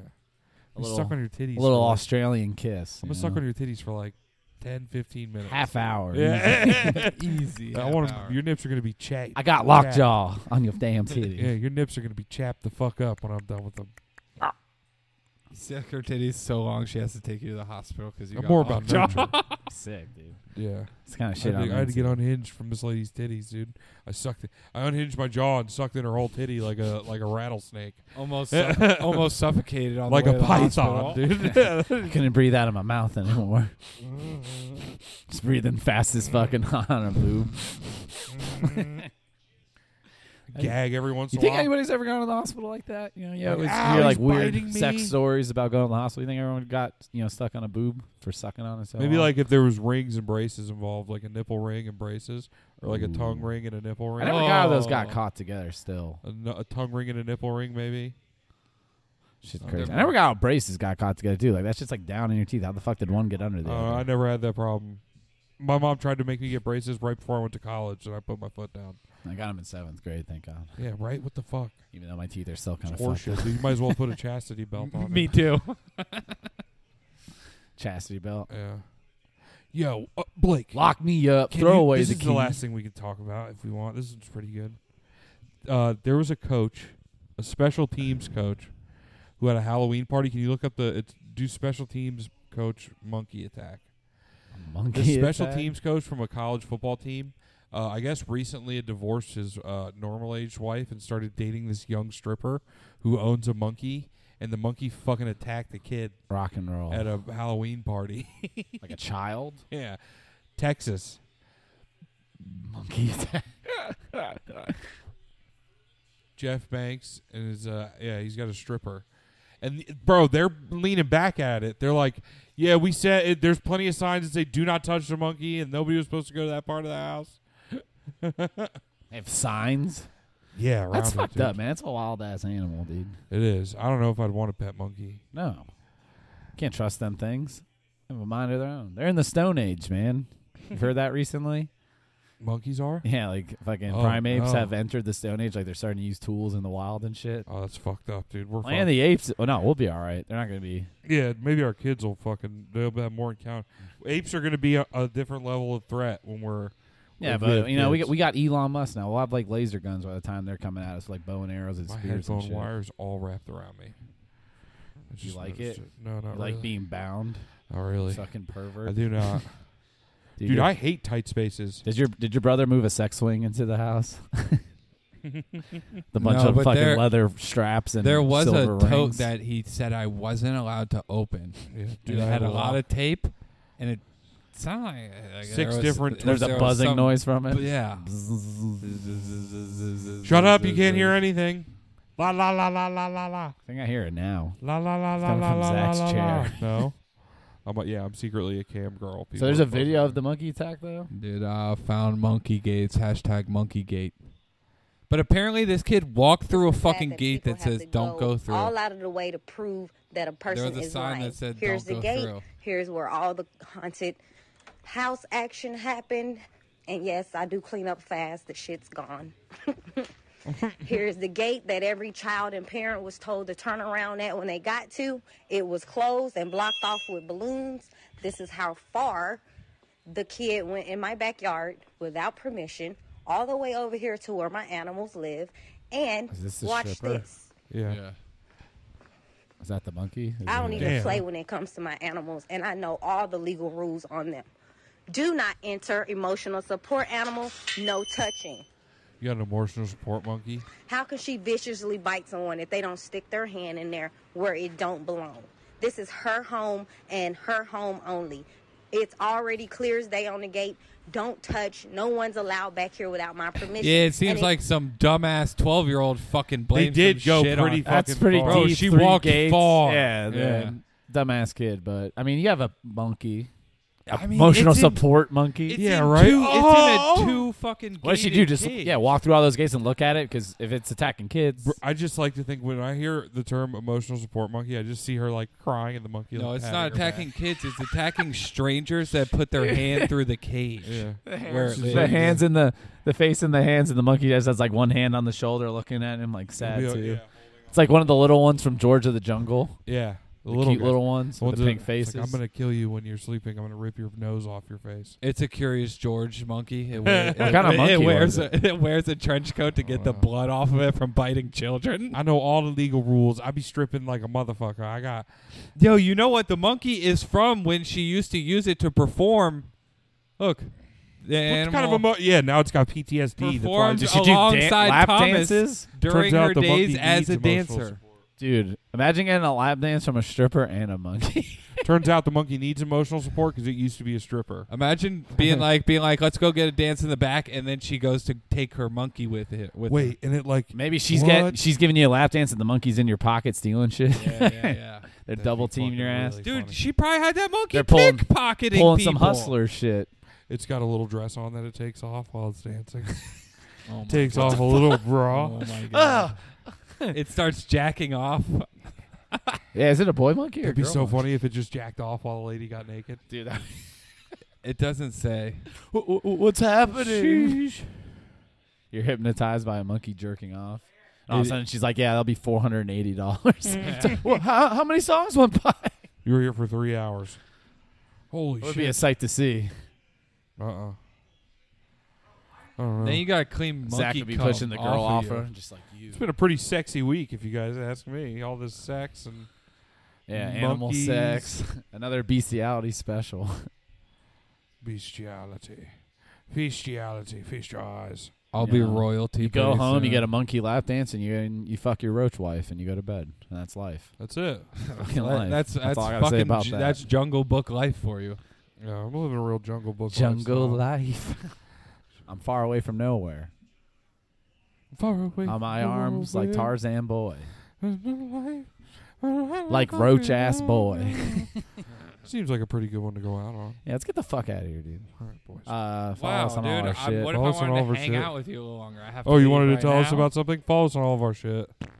B: You
E: little-
B: suck on your titties.
E: a little
B: for like-
E: Australian kiss.
B: I'm
E: you
B: gonna suck
E: know?
B: on your titties for like 10, 15 minutes.
E: half hour.
B: Yeah.
F: Easy.
B: *laughs* I
F: half
B: want 'em-
F: hour.
B: your nips are gonna be chapped.
E: I got lockjaw on your damn titty.
B: Yeah, your nips are gonna be chapped the fuck up when I'm done with them.
F: You Suck her titties so long she has to take you to the hospital because you
B: I'm
F: got
B: more about
F: lockjaw.
B: nurture.
E: *laughs* Sick, dude.
B: yeah,
E: It's kind of
B: I,
E: shit.
B: had
E: on
B: to- I had to get unhinged from this lady's titties, dude. I sucked. It. I unhinged my jaw and sucked in her whole titty like a like a rattlesnake,
F: *laughs* almost suff- almost suffocated on
B: like
F: the
B: a
F: way to the
B: python,
F: hospital.
B: dude.
E: I couldn't breathe out of my mouth anymore. *laughs* Just breathing fast as fucking *laughs* on a boob.
B: *laughs* Gag every once
E: You
B: in a
E: think
B: while.
E: anybody's ever gone to the hospital like that? You know, you always
B: "Ow,
E: hear
B: he's
E: like
B: biting
E: weird
B: me."
E: sex stories about going to the hospital. You think everyone got you know stuck on a boob for sucking on it? So
B: Maybe
E: long?
B: like if there was rings and braces involved, like a nipple ring and braces, or like a tongue ring and a nipple
E: I
B: ring.
E: never got how those got
F: Oh.
E: caught together. Still,
B: A, nu- a tongue ring and a nipple ring, maybe.
E: shit's
B: Oh,
E: crazy. I
B: different.
E: never got how braces got caught together too. Like that's just like down in your teeth. How the fuck did one get under
B: Uh,
E: there?
B: I never had that problem. My mom tried to make me get braces right before I went to college, and I put my foot down.
E: I got them in seventh grade. Thank God.
B: Yeah, right. What the fuck?
E: Even though my teeth are still kind
B: It's
E: of fucked.
B: horseshit.
E: up.
B: dude. You might as well put
E: *laughs*
B: a chastity belt
F: *laughs*
B: on.
F: Me
B: it.
F: too.
E: Chastity belt.
B: Yeah. Yo, uh, Blake.
E: Lock me up.
B: can
E: throw
B: you-
E: away
B: This
E: the
B: is
E: key.
B: the last thing we could talk about if we want. This is pretty good. Uh, there was a coach, a special teams coach, who had a Halloween party. Can you look up the it's do special teams coach monkey attack? *laughs*
E: Monkey
B: This special
E: attack?
B: teams coach from a college football team, uh, I guess recently had divorced his uh, normal aged wife and started dating this young stripper who owns a monkey, and the monkey fucking attacked the kid
E: Rock and roll.
B: at a Halloween party. *laughs*
E: like a child.
B: yeah, Texas.
E: Monkey *laughs* attack.
B: Jeff Banks and his uh yeah, he's got a stripper. And bro, they're leaning back at it. They're like, "Yeah, we said it, there's plenty of signs that say do not touch the monkey and nobody was supposed to go to that part of the house."
E: They have signs.
B: Yeah,
E: That's fucked up, man. That's a wild ass animal, dude.
B: It is. I don't know if I'd want a pet monkey.
E: No. Can't trust them things. They have a mind of their own. They're in the Stone Age, man. You've heard that *laughs* recently?
B: Monkeys are?
E: Yeah, like fucking
B: Oh,
E: primates
B: no.
E: have entered the Stone Age. Like they're starting to use tools in the wild and shit.
B: Oh, that's fucked up, dude. We're
E: Land of
B: fucked.
E: the Apes. Well, no, we'll be all right. They're not going to be.
B: Yeah, maybe our kids will fucking they'll have more encounter. Apes are going to be a, a different level of threat when we're
E: Yeah,
B: if
E: but
B: have
E: you know we
B: kids.
E: got, we got Elon Musk now. We'll have like laser guns by the time they're coming at us, like bow and arrows and
B: my
E: spears and
B: headphone
E: shit.
B: wires all wrapped around me. I just
E: like
B: noticed
E: it?
B: No, not
E: You like
B: really.
E: being bound,
B: Not really.
E: fucking
B: I
E: pervert.
B: do
E: *laughs*
B: not,
E: Did
B: dude.
E: your-
B: I hate tight spaces.
E: did your did your brother move a sex swing into the house? *laughs* the bunch
F: No,
E: of
F: but
E: fucking
F: there-
E: leather straps and
F: There was a
E: silver
F: tote
E: rings.
F: that he said I wasn't allowed to open.
B: Yeah,
F: Dude, it had a lot of tape, and it sounded like, like
B: Six
F: there was-
B: different-
E: *laughs* There's
F: there
E: a
F: was
E: buzzing
F: some-
E: noise from it.
F: but yeah.
B: Shut up! You can't hear anything. La la la la la la la
E: I think I hear it now.
B: la la la la
E: coming
B: la
E: from
B: la
E: Zach's
B: la la.
E: chair.
B: No, I'm a, yeah. I'm secretly a cam girl.
E: So
B: People
E: there's
B: are
E: a
B: fucking-
E: video of the monkey attack though.
F: Dude, I found monkey gates. Hashtag monkey gate. But apparently, this kid walked through a fucking
G: fact that
F: gate
G: people
F: that
G: have
F: says
G: to
F: "Don't go through."
G: All out of the way to prove that a person
F: was a
G: is
F: sign
G: lying.
F: that said,
G: Here's
F: "Don't
G: the
F: go
G: gate.
F: through."
G: Here's where all the haunted house action happened. And yes, I do clean up fast. The shit's gone.
F: Mm-hmm.
G: Here's the gate that every child and parent was told to turn around at when they got to. It was closed and blocked off with balloons. This is how far the kid went in my backyard without permission, all the way over here to where my animals live. And
E: this the
G: watch
E: stripper?
G: this.
B: Yeah.
F: yeah.
E: Is that the monkey? Is
G: I don't
E: it-
G: even
B: Damn.
G: play when it comes to my animals, and I know all the legal rules on them. Do not enter emotional support animal, no touching.
B: You got an emotional support monkey.
G: How can she viciously bite someone if they don't stick their hand in there where it don't belong? This is her home and her home only. It's already clear as day on the gate. Don't touch. No one's allowed back here without my permission.
F: Yeah, it
G: And
F: seems like some dumbass twelve-year-old fucking blamed.
B: did
F: some
B: go
F: shit
B: pretty
F: on it.
E: That's
B: fucking
E: pretty
B: far.
E: deep.
B: Bro,
F: she
E: three
F: walked
E: gates.
F: far.
E: Yeah,
F: Yeah.
E: the- dumbass kid. But I mean, you have a monkey,
F: I mean,
E: emotional
F: it's in-
E: support monkey.
F: It's
B: Yeah,
F: in
B: right?
F: Two, It's
B: Oh!
F: in a two fucking.
E: what does she do?
F: gated
E: Just
F: cage.
E: yeah, walk through all those gates and look at it because if it's attacking kids,
B: Br- I just like to think when I hear the term emotional support monkey, I just see her like crying and the monkey.
F: No,
B: like,
F: it's
B: patting
F: not
B: her back.
F: attacking kids. It's attacking strangers that
B: *laughs*
F: put their hand through the cage.
B: Yeah.
F: Where
E: the
F: they-
E: hands in the the face in the hands and the monkey just has like one hand on the shoulder looking at him like sad
B: Yeah,
E: too.
B: yeah.
E: It's like one of the little ones from George of the Jungle,
B: Yeah, the
E: the
B: little
E: cute
B: guy.
E: little ones
B: The ones
E: with the
B: that-
E: pink
B: it's
E: faces.
B: like, I'm gonna kill you when you're sleeping. I'm gonna rip your nose off your face.
F: It's a curious George
B: *laughs*
F: monkey. It wear-
E: What
F: it-
E: kind of
F: it
E: monkey was
F: wears
E: it?
F: A, it wears a trench coat to get the
B: Oh, Wow.
F: blood off of it from biting children.
B: I know all the legal rules. I be stripping like a motherfucker. I got
F: Yo, you know what? The monkey is from when she used to use it to perform. Look,
B: what
F: the animal
B: kind of emo- yeah. Now it's got PTSD. That's why I
F: performed
B: just-
E: Did she do dan-
F: alongside
E: lap
F: Thomas
E: dances?
F: during
B: turns out
F: her
B: the monkey
F: days as
B: needs
F: a
B: emotional
F: dancer.
E: Dude, imagine getting a lap dance from a stripper and a monkey. *laughs*
B: support. Turns out the monkey needs emotional support because it used to be a stripper.
F: Imagine
B: *laughs*
F: being like, being like, let's go get a dance in the back, and then she goes to take her monkey with it. With
B: Wait, and it like
E: Maybe she's
B: What?
E: getting she's giving you a lap dance and the monkey's in your pocket
B: *laughs*
E: stealing shit.
F: her. yeah, yeah, yeah.
E: They're
B: That'd
E: double
B: be
E: teaming your
B: fucking
E: ass.
B: really
F: Dude,
B: funny.
F: she probably had that monkey
E: They're pulling-
F: pickpocketing
E: Pulling some
B: *laughs*
F: people.
E: hustler shit.
B: it's got a little dress on that it takes off while it's dancing.
F: Oh my
B: takes off a little bra.
F: Oh my god. it starts jacking off.
E: Yeah, is it a boy monkey or a
B: It'd be
E: girl
B: so
E: monkey?
B: funny if it just jacked off while the lady got naked.
E: Dude,
F: It doesn't say.
E: what's happening? You're hypnotized by a monkey jerking off. And all of a sudden, Oh, she's like, "Yeah, that'll be four hundred and eighty dollars." *laughs*
F: Mm.
E: how, how many songs went by?
B: You were here for three hours. Holy
E: It would be a
B: shit.
E: sight to see.
B: Uh uh I don't know.
F: Then you got to clean monkey
E: Zach would be
F: cum
E: pushing the girl off,
F: off, of
E: her,
F: you.
E: just like you.
B: it's been a pretty sexy week, if you guys ask me. All this sex and
E: Yeah, animal
B: Monkeys.
E: sex. Another bestiality special.
B: bestiality. Bestiality. Feast your eyes.
F: I'll be
E: Yeah.
F: royalty.
E: You go
F: pretty
E: home, you
F: soon.
E: get a monkey lap dance, and you and you fuck your roach wife, and you go to bed, and that's life.
B: That's it.
F: *laughs*
E: Fucking
F: That-
E: life.
F: That's that's,
E: That's all I gotta say
F: fucking
E: about
F: ju-
E: that.
F: that's jungle book life for you.
B: Yeah, I'm living a real jungle book.
E: jungle
B: lifestyle.
E: life. *laughs* I'm far away from nowhere.
B: Far away
E: On my
B: from
E: arms,
B: over
E: like
B: there.
E: Tarzan boy.
B: Like
E: Like roach ass boy.
B: *laughs* Seems like a pretty good one to go out on.
E: Yeah, let's get the fuck out of here, dude.
B: All right, boys.
E: Uh, follow
F: Wow,
E: us on
F: dude.
E: all our
F: I'm-
E: shit.
F: what if
B: Follow us
F: I
B: on
F: wanted
B: all
F: to
B: of our
F: hang
B: shit.
F: out with you a little longer? I have
B: oh,
F: to
B: you
F: leave
B: wanted
F: right
B: to tell us
F: now?
B: about something? Follow us on all of our shit.